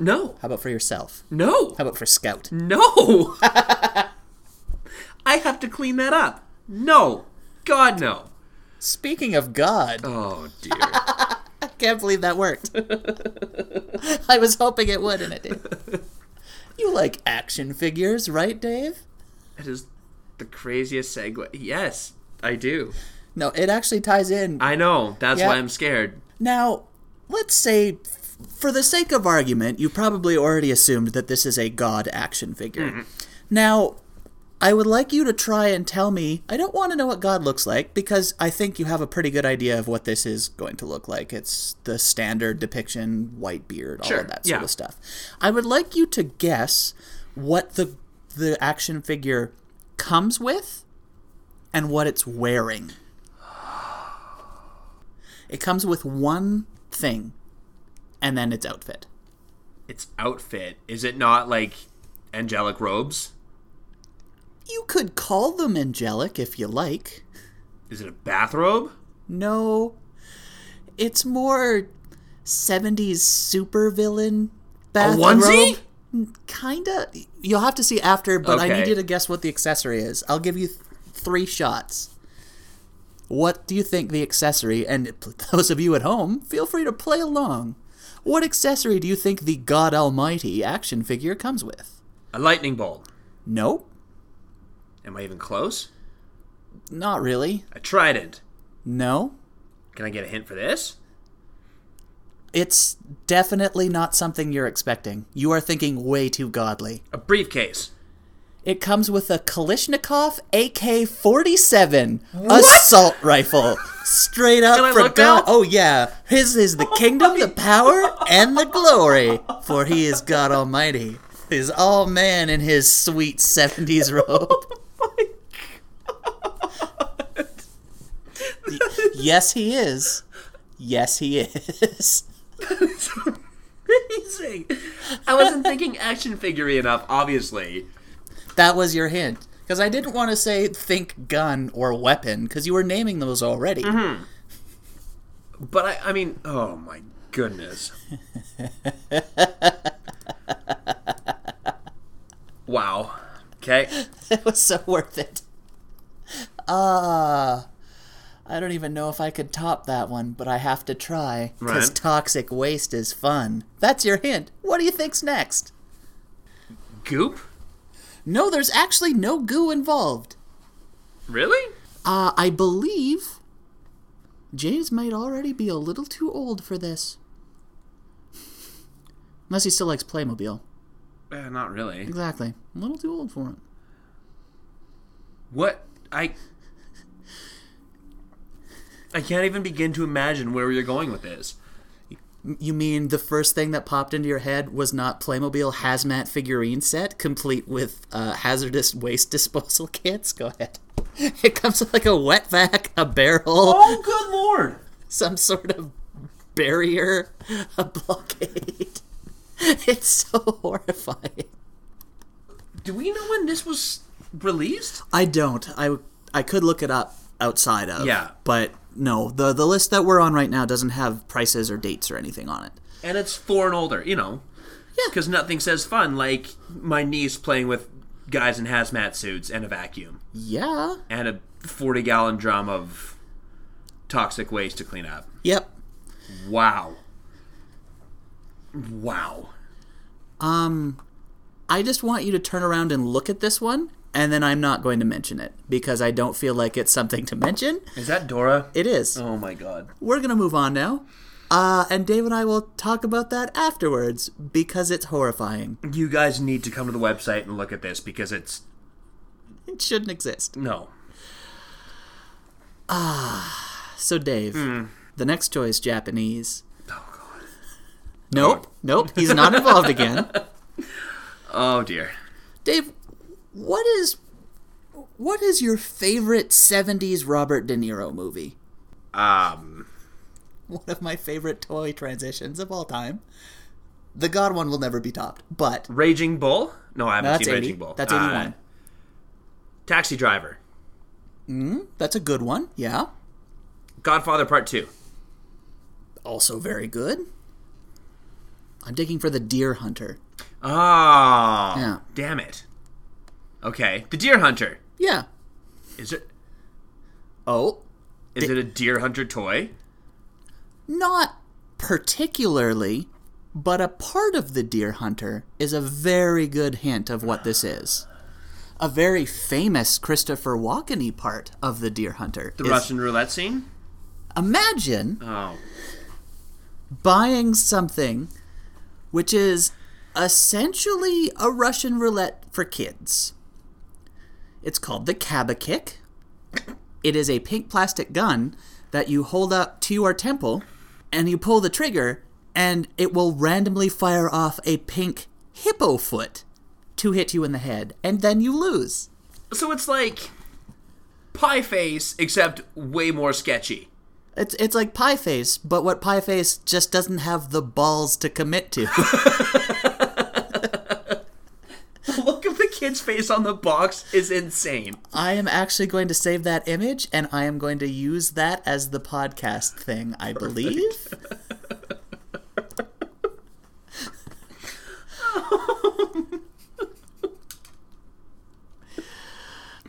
No.
How about for yourself?
No.
How about for Scout?
No. I have to clean that up. No. God no.
Speaking of God,
Oh dear.
I can't believe that worked. I was hoping it would, and it did. You like action figures, right, Dave?
that is the craziest segue. Yes, I do.
No, it actually ties in
I know. That's why
Yeah.
I'm scared.
Now, let's say, f- for the sake of
Mm-hmm.
argument, you probably already assumed that this is a god action figure. Now, I would like you to try and tell me. I don't want to know what God looks like because I think you have a pretty good idea of what this is going to look like. It's the standard depiction, white beard, all
Sure,
of that sort
yeah.
of stuff. I would like you to guess what the the action figure comes with and what it's wearing. It comes with one thing and then its outfit.
Its outfit is it not like angelic robes?
You could call them angelic if you like.
Is it a bathrobe?
No. It's more 70s supervillain bathrobe.
onesie?
Kinda. You'll have to see after, but I need
Okay.
you to guess what the accessory is. I'll give you th- three shots. What do you think the accessory, and p- those of you at home, feel free to play along. What accessory do you think the God Almighty action figure comes with?
A lightning bolt?
Nope.
Am I even close?
Not really.
A trident?
No.
Can I get a hint for this?
It's definitely not something you're expecting. You are thinking way too godly.
A briefcase?
It comes with a Kalishnikov AK 47 assault rifle. Straight up
Can I
from
look Oh
God.
now?
Oh, yeah. His is the kingdom, the power, and the glory, for he is God Almighty. Is all man in his sweet 70s robe. yes, he is. Yes, he is.
Amazing. I wasn't thinking action figure enough, obviously.
That was your hint. Because I didn't want to say think gun or weapon, because you were naming those
Mm-hmm.
already.
But I, I mean, oh my goodness. wow. Okay.
It was so worth it. Ah. I don't even know if I could top that one, but I have to try. Because
Right.
toxic waste is fun. That's your hint. What do you think's next?
Goop?
No, there's actually no goo involved.
Really?
Uh, I believe James might already be a little too old for this. Unless he still likes Playmobil.
Uh, not really.
Exactly. A little too old for it.
What? I. I can't even begin to imagine where you're going with this.
You mean the first thing that popped into your head was not Playmobil hazmat figurine set, complete with uh, hazardous waste disposal kits? Go ahead. It comes with like a wet vac, a barrel,
Oh, good lord!
some sort of barrier, a blockade. It's so horrifying.
Do we know when this was released?
I don't. I I could look it up outside of.
Yeah.
But no, the the list that we're on right now doesn't have prices or dates or anything on it.
And it's four and older, you know. Yeah. Because nothing says fun like my niece playing with guys in hazmat suits and a vacuum
Yeah.
and a 40 gallon drum of toxic waste to clean up.
Yep.
Wow. Wow.
I just want you to turn around and look at this one, and then I'm not going to mention it because I don't feel like it's something to mention.
Is that Dora?
It is.
oh my god.
We're going to move on now. Uh, and Dave and I will talk about that afterwards because it's horrifying.
You guys need to come to the website and look at this because it's.
It shouldn't exist.
No.
So, Dave, the next choice, Japanese.
Hmm. Oh god.
Nope. Nope. He's not involved again.
Oh dear.
Dave, what is. What is your favorite 70s Robert De Niro movie?
Um.
one of my favorite toy transitions of all time. The God one will never be topped, but
Raging Bull? No, I haven't
that's
seen
80.
Raging Bull.
That's
Uh,
81.
Taxi Driver.
that's a good one. Yeah.
Godfather Part 2.
Also very good. I'm digging for the Deer Hunter.
Ah.
Yeah.
Damn it. Okay. The Deer Hunter.
Yeah.
Is it
Oh,
is it a Deer Hunter toy?
not particularly, but a part of the Deer Hunter is a very good hint of what this is. A very famous Christopher Walken part of the Deer Hunter.
The
is-
Russian roulette scene?
Imagine
Oh.
buying something which is essentially a Russian roulette for kids. It's called the Kaba Kick. It is a pink plastic gun that you hold up to your temple and you pull the trigger, and it will randomly fire off a pink hippo foot to hit you in the head, and then you lose.
So it's like Pie Face, except way more sketchy.
It's it's like Pie Face, but what Pie Face just doesn't have the balls to commit to.
The look of the kid's face on the box is insane.
I am actually going to save that image and I am going to use that as the podcast thing, I believe.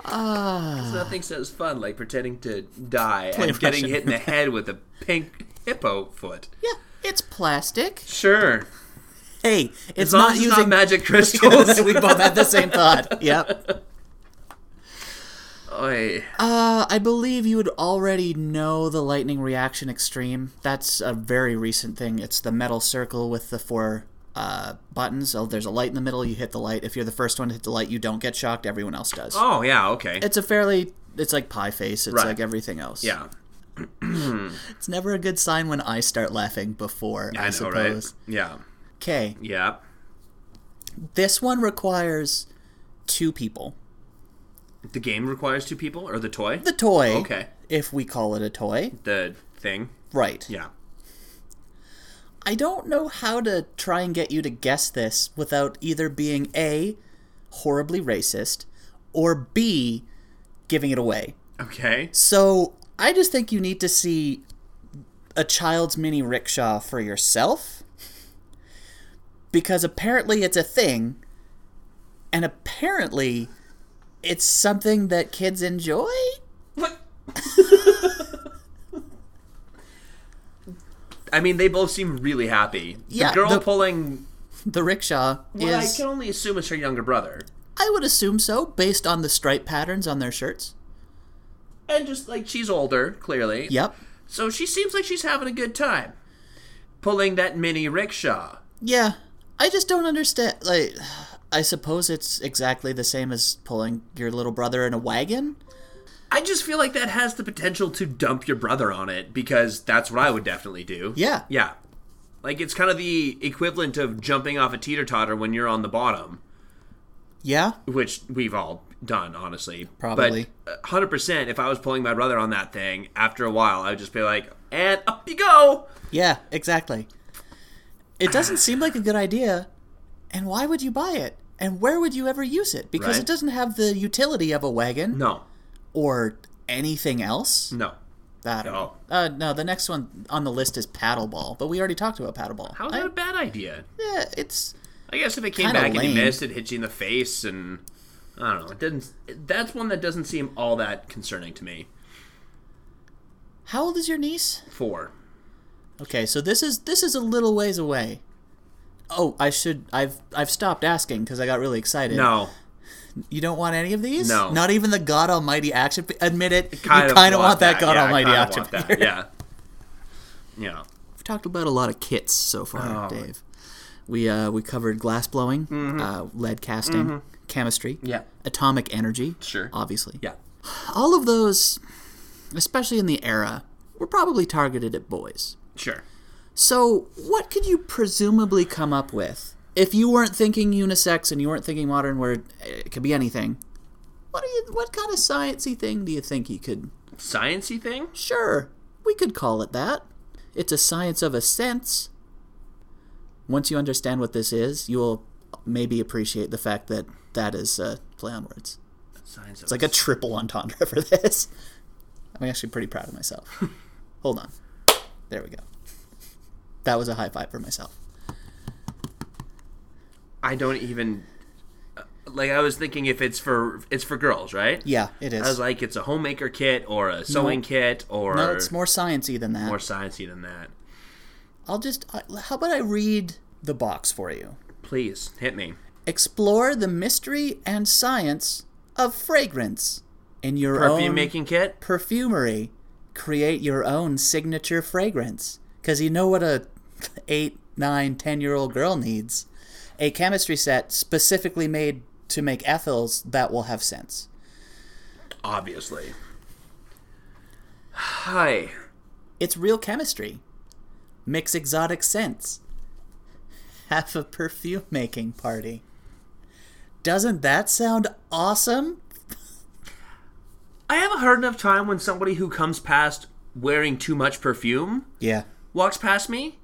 Nothing says fun like pretending to die
Play
and getting
Russian.
hit in the head with a pink hippo foot.
Yeah, it's plastic.
Sure.
Hey, it's
As long
not
as it's
using
not magic crystals.
we both had the same thought. Yep.
Oy.
Uh, I believe you would already know the lightning reaction extreme. That's a very recent thing. It's the metal circle with the four uh, buttons. Oh, there's a light in the middle. You hit the light. If you're the first one to hit the light, you don't get shocked. Everyone else does.
Oh, yeah, okay.
It's a fairly. It's like pie face. It's
Right.
like everything else.
yeah.
It's never a good sign when I start laughing before. I,
I know, right?
suppose.
Yeah.
Okay.
Yeah.
This one requires two people.
The game requires two people or the toy?
The toy.
Okay.
If we call it a toy.
The thing.
Right.
Yeah.
I don't know how to try and get you to guess this without either being A, horribly racist, or B, giving it away.
Okay.
So I just think you need to see a child's mini rickshaw for yourself because apparently it's a thing, and apparently it's something that kids enjoy.
What? I mean, they both seem really happy.
Yeah,
the girl
the-
pulling.
The rickshaw
Well, I
is,
can only assume it's her younger brother,
I would assume so, based on the stripe patterns on their shirts.
and just like she's older, clearly.
Yep.
So she seems like she's having a good time, pulling that mini rickshaw.
Yeah, I just don't understand. Like, I suppose it's exactly the same as pulling your little brother in a wagon.
I just feel like that has the potential to dump your brother on it because that's what I would definitely do.
Yeah.
Yeah. Like it's kind of the equivalent of jumping off a teeter totter when you're on the bottom.
Yeah.
which we've all done, honestly. uh,
Probably.
Hundred percent. If I was pulling my brother on that thing, after a while, I would just be like, "And up you go."
Yeah, exactly. It doesn't seem like a good idea. And why would you buy it? And where would you ever use it? Because
Right.
it doesn't have the utility of a wagon
No,
or anything else.
no.
I don't know. Uh, no, the next one on the list is paddleball, but we already talked about paddleball.
How is that a bad idea?
Yeah, it's
I guess if it came
Kinda
back and
lame.
you missed, it hit you in the face, and I don't know. It didn't. That's one that doesn't seem all that concerning to me.
how old is your niece?
Four.
Okay, so this is this is a little ways away. Oh, I should I've I've stopped asking because I got really excited.
No,
you don't want any of these.
No.
not even the God Almighty action. fi- Admit it,
kind
you
of
kind of want that, God
Yeah, I
Almighty
kinda
action.
want that.
figure.
Yeah. Yeah.
We've talked about a lot of kits so far,
Oh. Mm-hmm.
Dave. We uh, we covered glass blowing, uh, lead casting, chemistry,
Yeah.
atomic energy.
Sure.
obviously.
Yeah.
all of those, especially in the era, were probably targeted at boys.
Sure.
So, what could you presumably come up with if you weren't thinking unisex and you weren't thinking modern word? It could be anything. What do you? What kind of sciency thing do you think you could?
Sciency thing.
Sure, we could call it that. It's a science of a sense. Once you understand what this is, you'll maybe appreciate the fact that that is a play on words.
Science.
It's like a triple entendre for this. I'm actually pretty proud of myself. Hold on. There we go. That was a high five for myself.
I don't even uh, like. I was thinking if it's for it's for girls, right?
Yeah, it is.
I was like, it's a homemaker kit or a sewing kit or
no, it's more sciency than that.
more sciencey than that.
I'll just. I, how about I read the box for you?
Please hit me.
Explore the mystery and science of fragrance in your
Perfume
own
making kit.
perfumery. Create your own signature fragrance. Because you know what a eight, nine, ten year old girl needs? A chemistry set specifically made to make ethyls that will have scents.
obviously. Hi.
It's real chemistry. Mix exotic scents. Have a perfume making party. Doesn't that sound awesome?
I have a hard enough time when somebody who comes past wearing too much perfume
Yeah.
walks past me.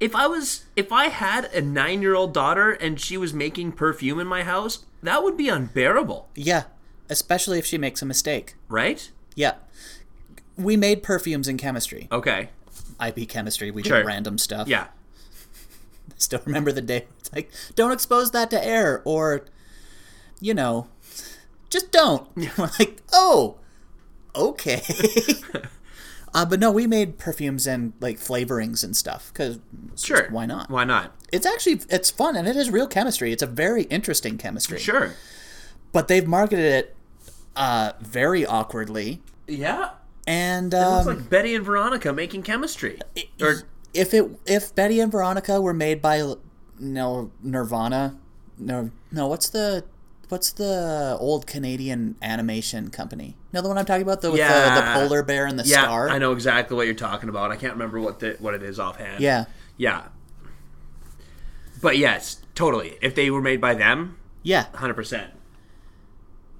If I was if I had a 9-year-old daughter and she was making perfume in my house, that would be unbearable,
Yeah. Especially if she makes a mistake.
right?
Yeah. We made perfumes in chemistry.
Okay.
IB chemistry, we
Sure.
did random stuff.
Yeah.
Still remember the day it's like, don't expose that to air or you know, just don't. We're like, oh, okay. uh, but no, we made perfumes and like flavorings and stuff because
Sure.
why not?
Why not?
It's actually it's fun and it is real chemistry. It's a very interesting chemistry.
Sure.
But they've marketed it uh, very awkwardly.
Yeah.
And
It's
um,
like Betty and Veronica making chemistry. or
if it if Betty and Veronica were made by no Nirvana, no no what's the what's the old Canadian animation company? No, the one I'm talking about the with the, the
Yeah.
polar bear and the
yeah,
star.
I know exactly what you're talking about. I can't remember what the, what it is offhand.
Yeah,
Yeah. But yes, totally. If they were made by them,
yeah,
100%.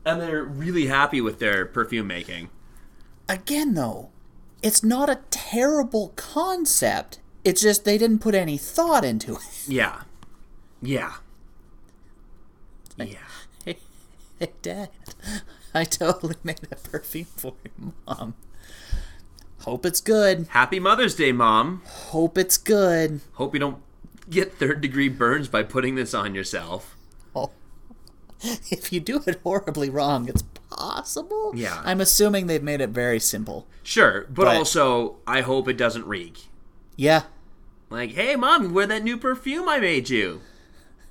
And they're really happy with their perfume making.
again though it's not a terrible concept it's just they didn't put any thought into it
Yeah. Yeah. Yeah.
hey dad i totally made a perfume for your mom hope it's good
Happy Mother's Day, Mom.
hope it's good
Hope you don't get third degree burns by putting this on yourself.
Oh. if you do it horribly wrong it's possible
Yeah.
i'm assuming they've made it very simple
Sure, but,
But-
also, I hope it doesn't reek.
yeah
Like, hey, Mom, you wear that new perfume I made you.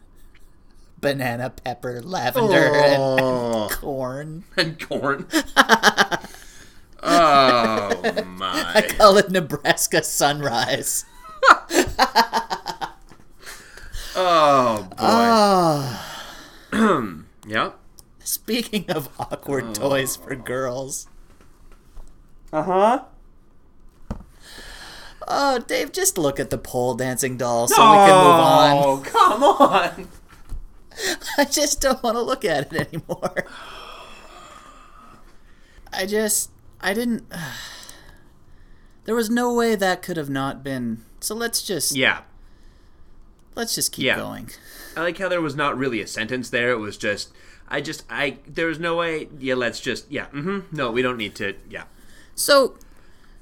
banana pepper lavender and
Oh.
corn
and corn. oh, my.
call it nebraska sunrise
Oh, boy.
Ah.
yeah.
Speaking of awkward
Oh.
toys for girls.
Uh-huh.
Uh huh. Oh, Dave, just look at the pole dancing doll so we can move on.
Oh, come on.
I just don't want to look at it anymore. I just. I didn't. there was no way that could have not been. So let's just.
Yeah.
Let's just keep
Yeah.
going.
I like how there was not really a sentence there. It was just, I just, I, there was no way. Yeah, let's just, yeah, mm-hmm. No, we don't need to. Yeah.
So.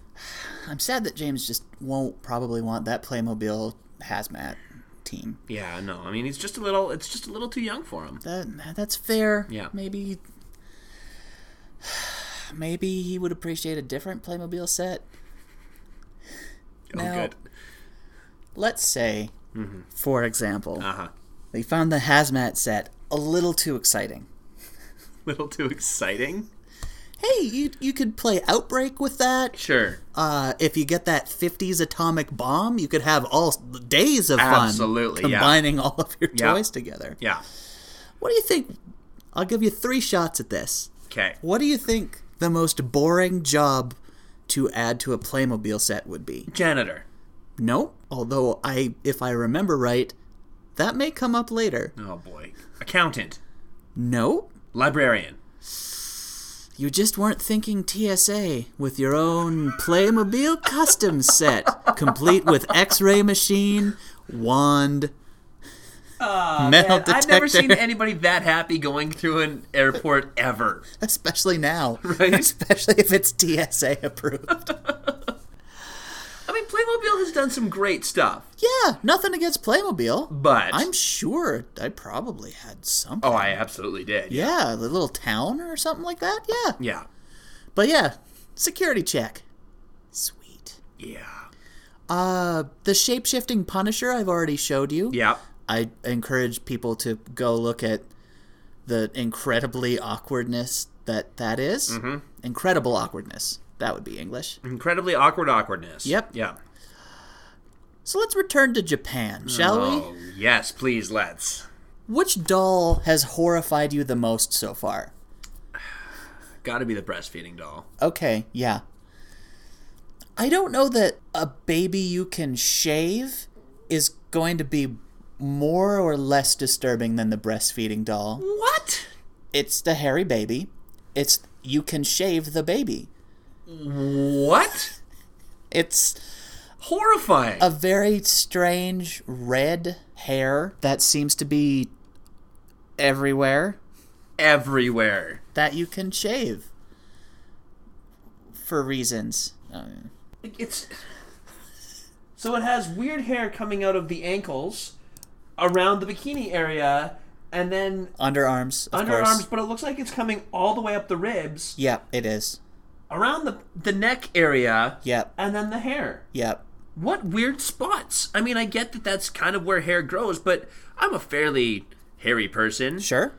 I'm sad that James just won't probably want that Playmobil hazmat team.
Yeah, no. I mean, he's just a little, it's just a little too young for him.
That that's fair.
Yeah.
Maybe maybe he would appreciate a different Playmobil set.
Oh,
Now-
good.
Let's say,
Mm-hmm.
for example,
Uh huh.
they found the hazmat set a little too exciting.
little too exciting?
Hey, you you could play Outbreak with that.
Sure.
Uh, if you get that '50s atomic bomb, you could have all s- days of
Absolutely,
fun
yeah.
combining all of your
Yeah.
toys together.
Yeah.
What do you think? I'll give you three shots at this.
Okay.
What do you think the most boring job to add to a Playmobil set would be?
Janitor.
Nope. Although I, if I remember right, that may come up later.
Oh, boy. Accountant.
Nope.
Librarian.
You just weren't thinking TSA with your own Playmobil custom set, complete with X-ray machine, wand, metal detector.
Ah, I've never seen anybody that happy going through an airport ever.
especially now,
Right?
especially if it's TSA approved.
I mean, Playmobil has done some great stuff,
yeah, nothing against Playmobil.
but
I'm sure I probably had something.
oh, I absolutely did.
Yeah, the little town or something like that. Yeah.
Yeah.
But yeah, security check. Sweet.
Yeah.
Uh, the shape shifting Punisher I've already showed you.
Yeah.
I encourage people to go look at the incredibly awkwardness that that is. Incredible awkwardness. That would be English.
Incredibly awkward awkwardness.
Yep.
Yeah.
So let's return to Japan, shall
Oh, yes, please let's.
we? Which doll has horrified you the most so far?
Got to be the breastfeeding doll.
Okay, yeah. I don't know that a baby you can shave is going to be more or less disturbing than the breastfeeding doll.
What?
It's the hairy baby. It's you can shave the baby.
What?
It's
Horrifying.
a very strange red hair that seems to be everywhere
Everywhere.
that you can shave for reasons. Uh,
It's so it has weird hair coming out of the ankles, around the bikini area, and then
underarms, of
underarms.
course.
But it looks like it's coming all the way up the ribs,
Yeah, it is.
around the the neck area,
Yep,
and then the hair.
yep.
What weird spots? I mean, I get that that's kind of where hair grows, but I'm a fairly hairy person.
Sure.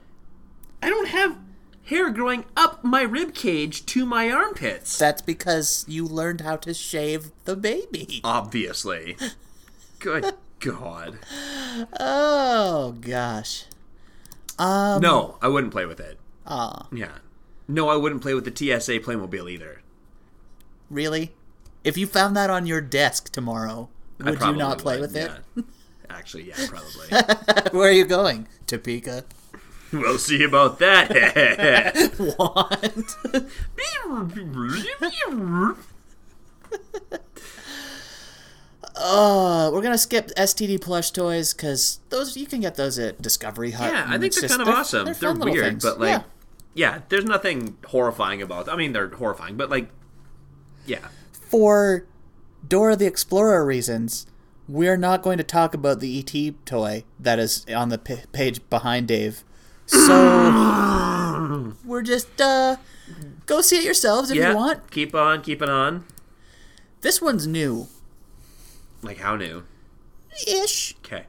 I don't have hair growing up my rib cage to my armpits.
That's because you learned how to shave the baby.
Obviously. Good God.
Oh gosh. Um,
No, I wouldn't play with it. Yeah. No, I wouldn't play with the TSA Playmobil either.
Really? If you found that on your desk tomorrow,
I
would you
probably
not play
would,
with it?
yeah. Actually, yeah, probably.
Where are you going? Topeka.
we'll see about that.
What? Uh, we're gonna skip STD plush toys because those you can get those at Discovery Hut.
yeah,
and
I think
it's
they're
just-
kind of awesome. They're,
fun little
weird,
things.
but like,
Yeah.
yeah. there's nothing horrifying about. I mean, they're horrifying, but like, yeah,
for Dora the Explorer reasons, we're not going to talk about the ET toy that is on the p- page behind Dave. So we're just uh, go see it yourselves if
yeah.
you want.
Keep on, keep it on.
This one's new,
Like how new?
ish.
Okay.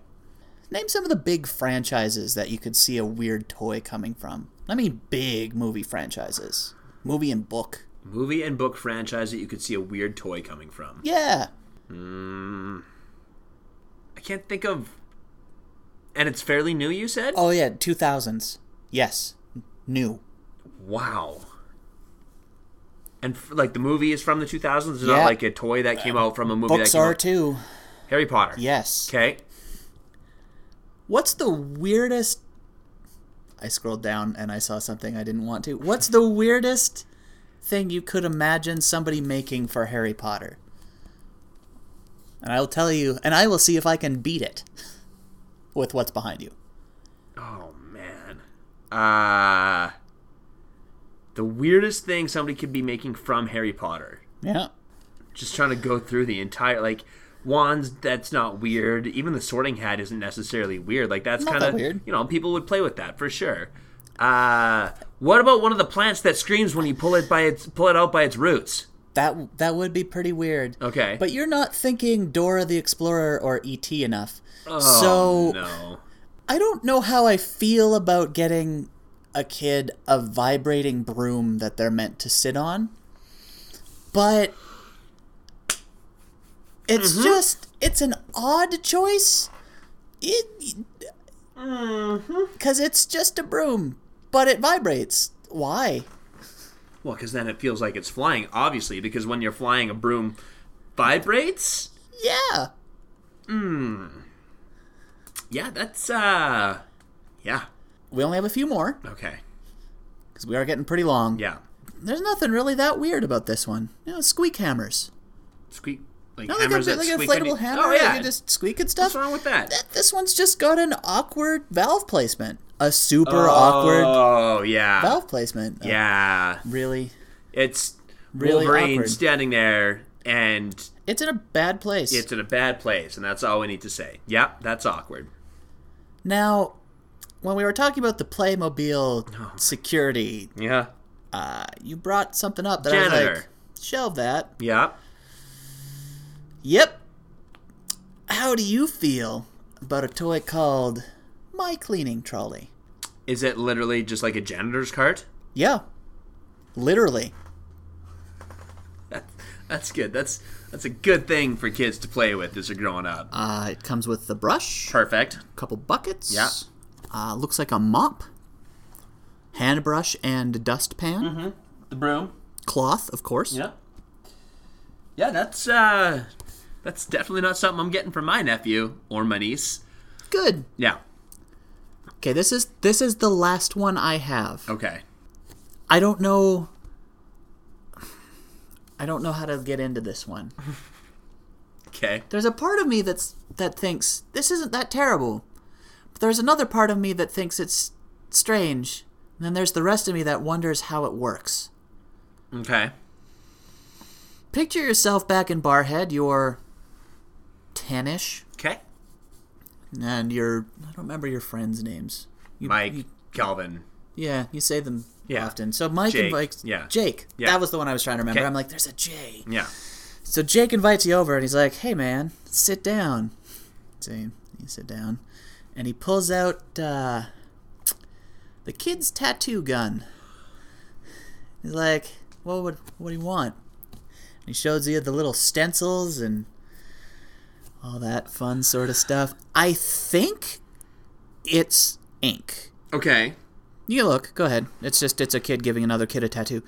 Name some of the big franchises that you could see a weird toy coming from. I mean, big movie franchises, movie and book.
Movie and book franchise that you could see a weird toy coming from.
Yeah,
I can't think of. And it's fairly new, you said?
Oh yeah, two thousands. Yes, new.
Wow. And f- like the movie is from the 2000s. It's not
Yeah.
like a toy that came out from a movie that
Books
came
are
out.
too.
Harry Potter.
Yes.
Okay.
What's the weirdest? I scrolled down and I saw something I didn't want to. What's the weirdest thing you could imagine somebody making for Harry Potter? And I'll tell you, and I will see if I can beat it with what's behind you.
Oh man. Uh the weirdest thing somebody could be making from Harry Potter.
Yeah.
Just trying to go through the entire like wands that's not weird. Even the sorting hat isn't necessarily weird. Like that's
Not
kind of
that weird.
you know, people would play with that for sure. Uh what about one of the plants that screams when you pull it by its pull it out by its roots?
That that would be pretty weird.
Okay.
But you're not thinking Dora the Explorer or E.T. enough.
Oh,
so
no.
I don't know how I feel about getting a kid a vibrating broom that they're meant to sit on, but it's
Mm-hmm.
just it's an odd choice. It
Mm-hmm.
because it's just a broom, but it vibrates. Why?
Well, because then it feels like it's flying, obviously, because when you're flying, a broom vibrates.
Yeah,
Yeah, that's, uh, yeah.
we only have a few more
Okay.
because we are getting pretty long.
Yeah.
There's nothing really that weird about this one. You know, squeak hammers.
Squeak, like
No, like a,
hammers that
like an
squeak when
inflatable
you-
hammer.
Oh, yeah.
You just squeak at stuff.
What's wrong with that?
that this one's just got an awkward valve placement. A super awkward
Oh, yeah.
valve placement. Uh,
Uh, Yeah.
really?
It's
Really
Wolverine
awkward.
standing there, and
It's in a bad place.
it's in a bad place, and that's all we need to say. Yeah, that's awkward.
now, when we were talking about the Playmobil security,
Yeah.
uh, you brought something up that I was like,
Janitor.
shelve that.
Yeah.
Yep. How do you feel about a toy called My Cleaning Trolley?
Is it literally just like a janitor's cart?
Yeah. Literally.
That's good. That's that's a good thing for kids to play with as they're growing up.
Uh, it comes with the brush.
Perfect.
couple buckets.
Yeah.
Uh, looks like a mop, hand brush, and dustpan.
the broom.
Cloth, of course.
Mm-hmm. Yeah. Yeah, that's uh that's definitely not something I'm getting from my nephew or my niece.
Good.
Yeah.
Okay, this is this is the last one I have.
Okay.
I don't know. I don't know how to get into this one.
Mm-hmm. Okay.
There's a part of me that's that thinks this isn't that terrible, but there's another part of me that thinks it's strange, and then there's the rest of me that wonders how it works.
Okay.
Picture yourself back in Barhead. You're ten-ish,
Okay.
and you're I don't remember your friends' names. You,
Mike,
you-
Calvin.
yeah, you say them
Yeah.
often. So Mike
Jake,
invites
yeah.
Jake.
Yeah.
That was the one I was trying to remember.
Okay.
I'm like, there's a J.
Yeah.
So Jake invites you over, and he's like, "Hey, man, sit down." So you you sit down, and he pulls out uh, the kid's tattoo gun. He's like, "What would what do you want?" And he shows you the little stencils and all that fun sort of stuff. I think it's ink.
Okay.
You look. Go ahead. It's just it's a kid giving another kid a tattoo.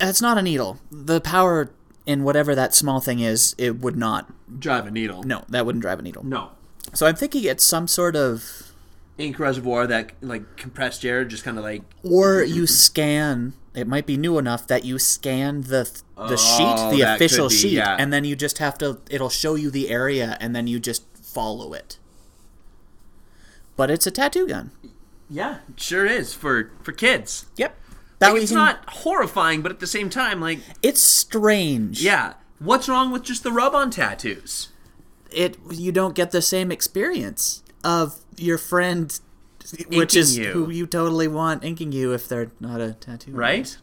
It's not a needle. The power in whatever that small thing is, it would not.
Drive a needle.
No, that wouldn't drive a needle.
No.
So I'm thinking it's some sort of
Ink reservoir that like compressed air just kind of like
or you scan. It might be new enough that you scan the the
Oh,
sheet, the
that could
official
be,
sheet,
yeah.
and then you just have to. It'll show you the area, and then you just follow it. But it's a tattoo gun.
yeah sure is for for kids.
Yep. That
Like,
way
it's
you can-
not horrifying, but at the same time, like
It's strange.
yeah, what's wrong with just the rub-on tattoos?
it you don't get the same experience of your friend which
Inking
is
you.
who you totally want inking you if they're not a tattoo
Right?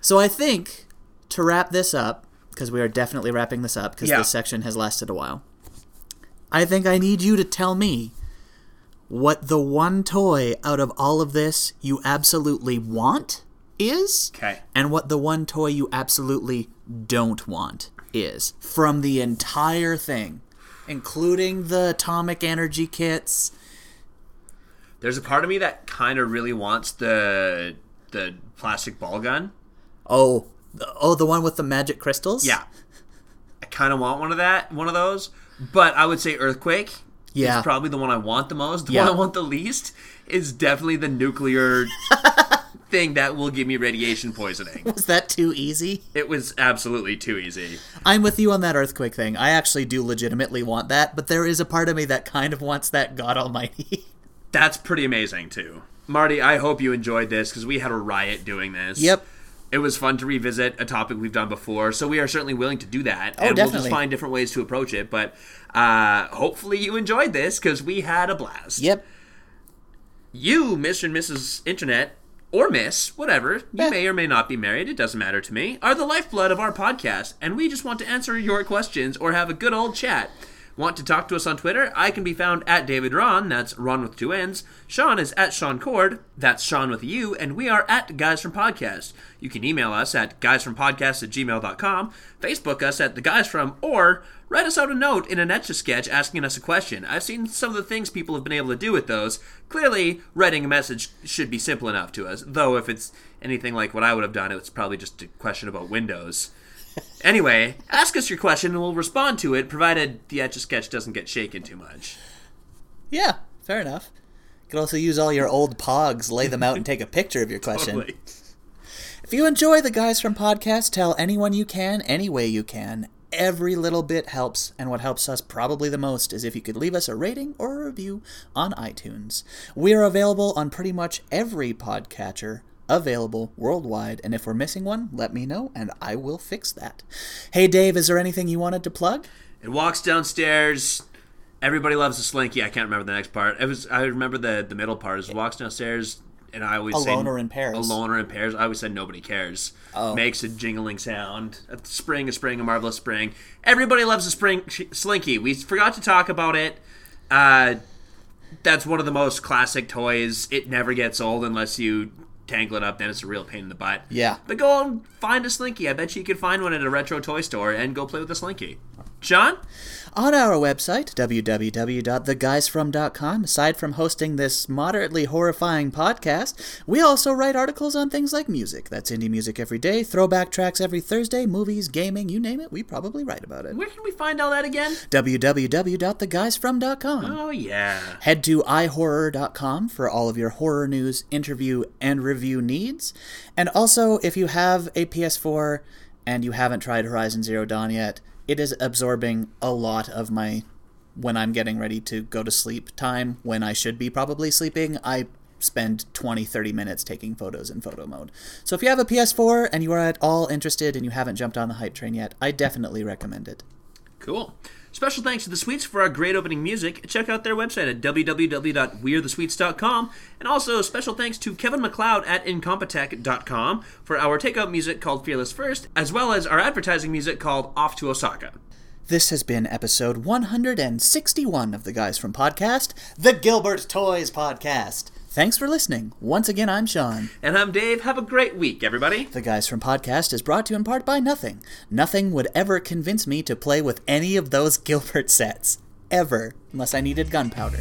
so i think to wrap this up because we are definitely wrapping this up because
Yeah.
this section has lasted a while i think i need you to tell me what the one toy out of all of this you absolutely want is
Okay.
and what the one toy you absolutely don't want is from the entire thing, including the atomic energy kits.
There's a part of me that kind of really wants the the plastic ball gun.
Oh, the, oh, the one with the magic crystals.
Yeah. I kind of want one of that, one of those, but I would say earthquake.
Yeah.
Is probably the one I want the most. The
Yeah.
one I want the least is definitely the nuclear thing that will give me radiation poisoning.
Was that too easy?
It was absolutely too easy.
I'm with you on that earthquake thing. I actually do legitimately want that, but there is a part of me that kind of wants that God Almighty.
That's pretty amazing too. Marty, I hope you enjoyed this because we had a riot doing this.
Yep.
It was fun to revisit a topic we've done before, so we are certainly willing to do that. and we'll
Oh, definitely.
just find different ways to approach it. But uh, hopefully you enjoyed this because we had a blast.
yep.
You, Mr. and Mrs. Internet, or Miss, whatever, you
Yeah.
may or may not be married, it doesn't matter to me, are the lifeblood of our podcast, and we just want to answer your questions or have a good old chat. Want to talk to us on Twitter? I can be found at David Ron, that's Ron with two N's. Sean is at Sean Cord, that's Sean with you, and we are at Guys from Podcast. You can email us at guysfrompodcast at gmail.com, Facebook us at The Guys From, or write us out a note in an etch a sketch asking us a question. I've seen some of the things people have been able to do with those. Clearly, writing a message should be simple enough to us, though if it's anything like what I would have done, it's probably just a question about Windows. Anyway, ask us your question and we'll respond to it, provided the etch a sketch doesn't get shaken too much.
Yeah. Fair enough. You could also use all your old pogs, lay them out, and take a picture of your question.
Totally.
If you enjoy the guys from podcast, tell anyone you can, any way you can. Every little bit helps, and what helps us probably the most is if you could leave us a rating or a review on iTunes. We are available on pretty much every podcatcher available worldwide, and if we're missing one, let me know and I will fix that. Hey Dave, is there anything you wanted to plug?
It walks downstairs. Everybody loves the slinky. I can't remember the next part. It was I remember the the middle part. Is walks downstairs, and I always say
Alone or in Oh. pairs.
Alone or in pairs. I always said nobody cares. Makes a jingling sound. A spring, a spring, a marvelous spring. Everybody loves a spring sh- slinky. We forgot to talk about it. Uh, that's one of the most classic toys. It never gets old unless you tangle it up. Then it's a real pain in the butt.
Yeah.
But go and find a slinky. I bet you could find one at a retro toy store and go play with a slinky.
John?
On our website, www.theguysfrom.com, aside from hosting this moderately horrifying podcast, we also write articles on things like music. That's indie music every day, throwback tracks every Thursday, movies, gaming, you name it, we probably write about it.
Where can we find all that again?
www.theguysfrom.com.
Oh, yeah.
Head to ihorror.com for all of your horror news, interview, and review needs. And also, if you have a PS4 and you haven't tried Horizon Zero Dawn yet, it is absorbing a lot of my when I'm getting ready to go to sleep time when I should be probably sleeping. I spend 20 30 minutes taking photos in photo mode. So if you have a PS4 and you are at all interested and you haven't jumped on the hype train yet, I definitely recommend it.
Cool. Special thanks to The Sweets for our great opening music. Check out their website at www.wearethesweets.com. And also, special thanks to Kevin McLeod at Incompetech.com for our takeout music called Fearless First, as well as our advertising music called Off to Osaka.
This has been episode 161 of the Guys from Podcast, the Gilbert Toys Podcast. Thanks for listening. Once again, I'm Sean.
And I'm Dave. Have a great week, everybody.
The Guys from Podcast is brought to you in part by nothing. Nothing would ever convince me to play with any of those Gilbert sets. Ever. Unless I needed gunpowder.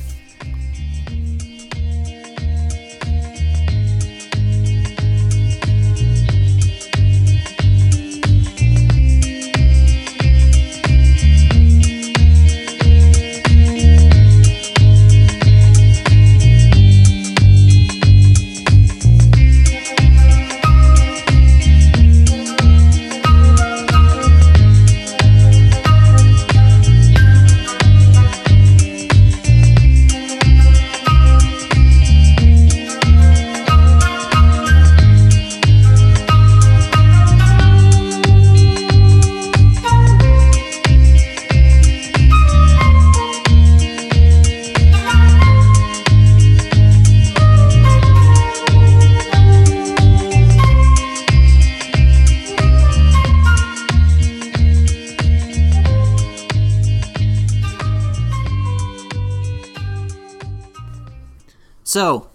So,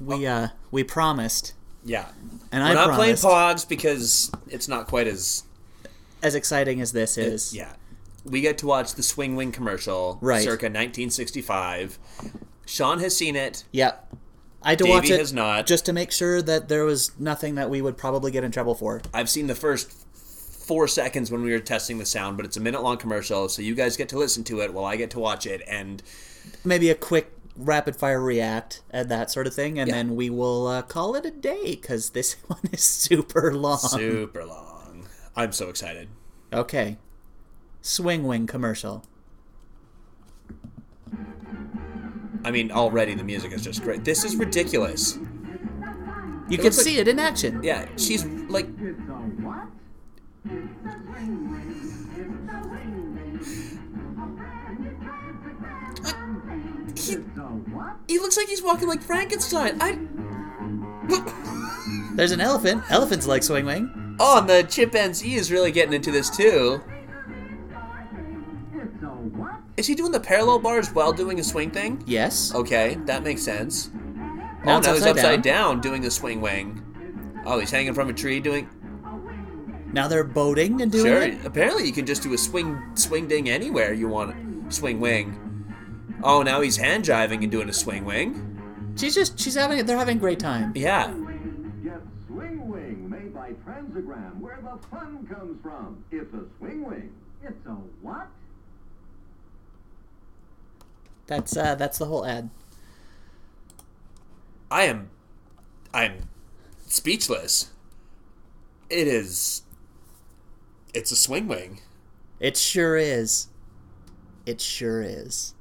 we, uh, we promised,
Yeah.
and
We're
I
not playing
promised,
Pogs because it's not quite as
as exciting as this is,
yeah. We get to watch the Swing Wing commercial,
Right.
circa 1965. Sean has seen it.
Yeah. I had to
Davey
watch it
has not.
just to make sure that there was nothing that we would probably get in trouble for.
I've seen the first four seconds when we were testing the sound, but it's a minute long commercial, so you guys get to listen to it while I get to watch it. And
Maybe a quick rapid fire react and that sort of thing, and
Yeah.
then we will uh, call it a day because this one is super long.
super long. I'm so excited.
okay. Swing Wing commercial.
I mean, already the music is just great. This is ridiculous.
You can
looks like-
see it in action.
Yeah, she's like, he, he looks like he's walking like Frankenstein. I.
There's an elephant. Elephants like Swing Wing.
Oh, and the chimpanzee is really getting into this too. Is he doing the parallel bars while doing a swing thing?
Yes.
Okay, that makes sense.
Now
oh,
it's
now he's
upside
upside down. doing the swing wing. Oh, he's hanging from a tree doing.
Now they're boating and doing
Sure.
it.
Apparently, you can just do a swing swing ding anywhere you want. Swing wing. Oh, now he's hand jiving and doing a swing wing.
She's just she's having it. They're having a great time.
Yeah.
Get Swing Wing made by Transagram, where the fun comes from. It's a swing wing. It's a what?
That's uh that's the whole ad.
I am. I'm speechless. It is. It's a swing wing.
It sure is. It sure is.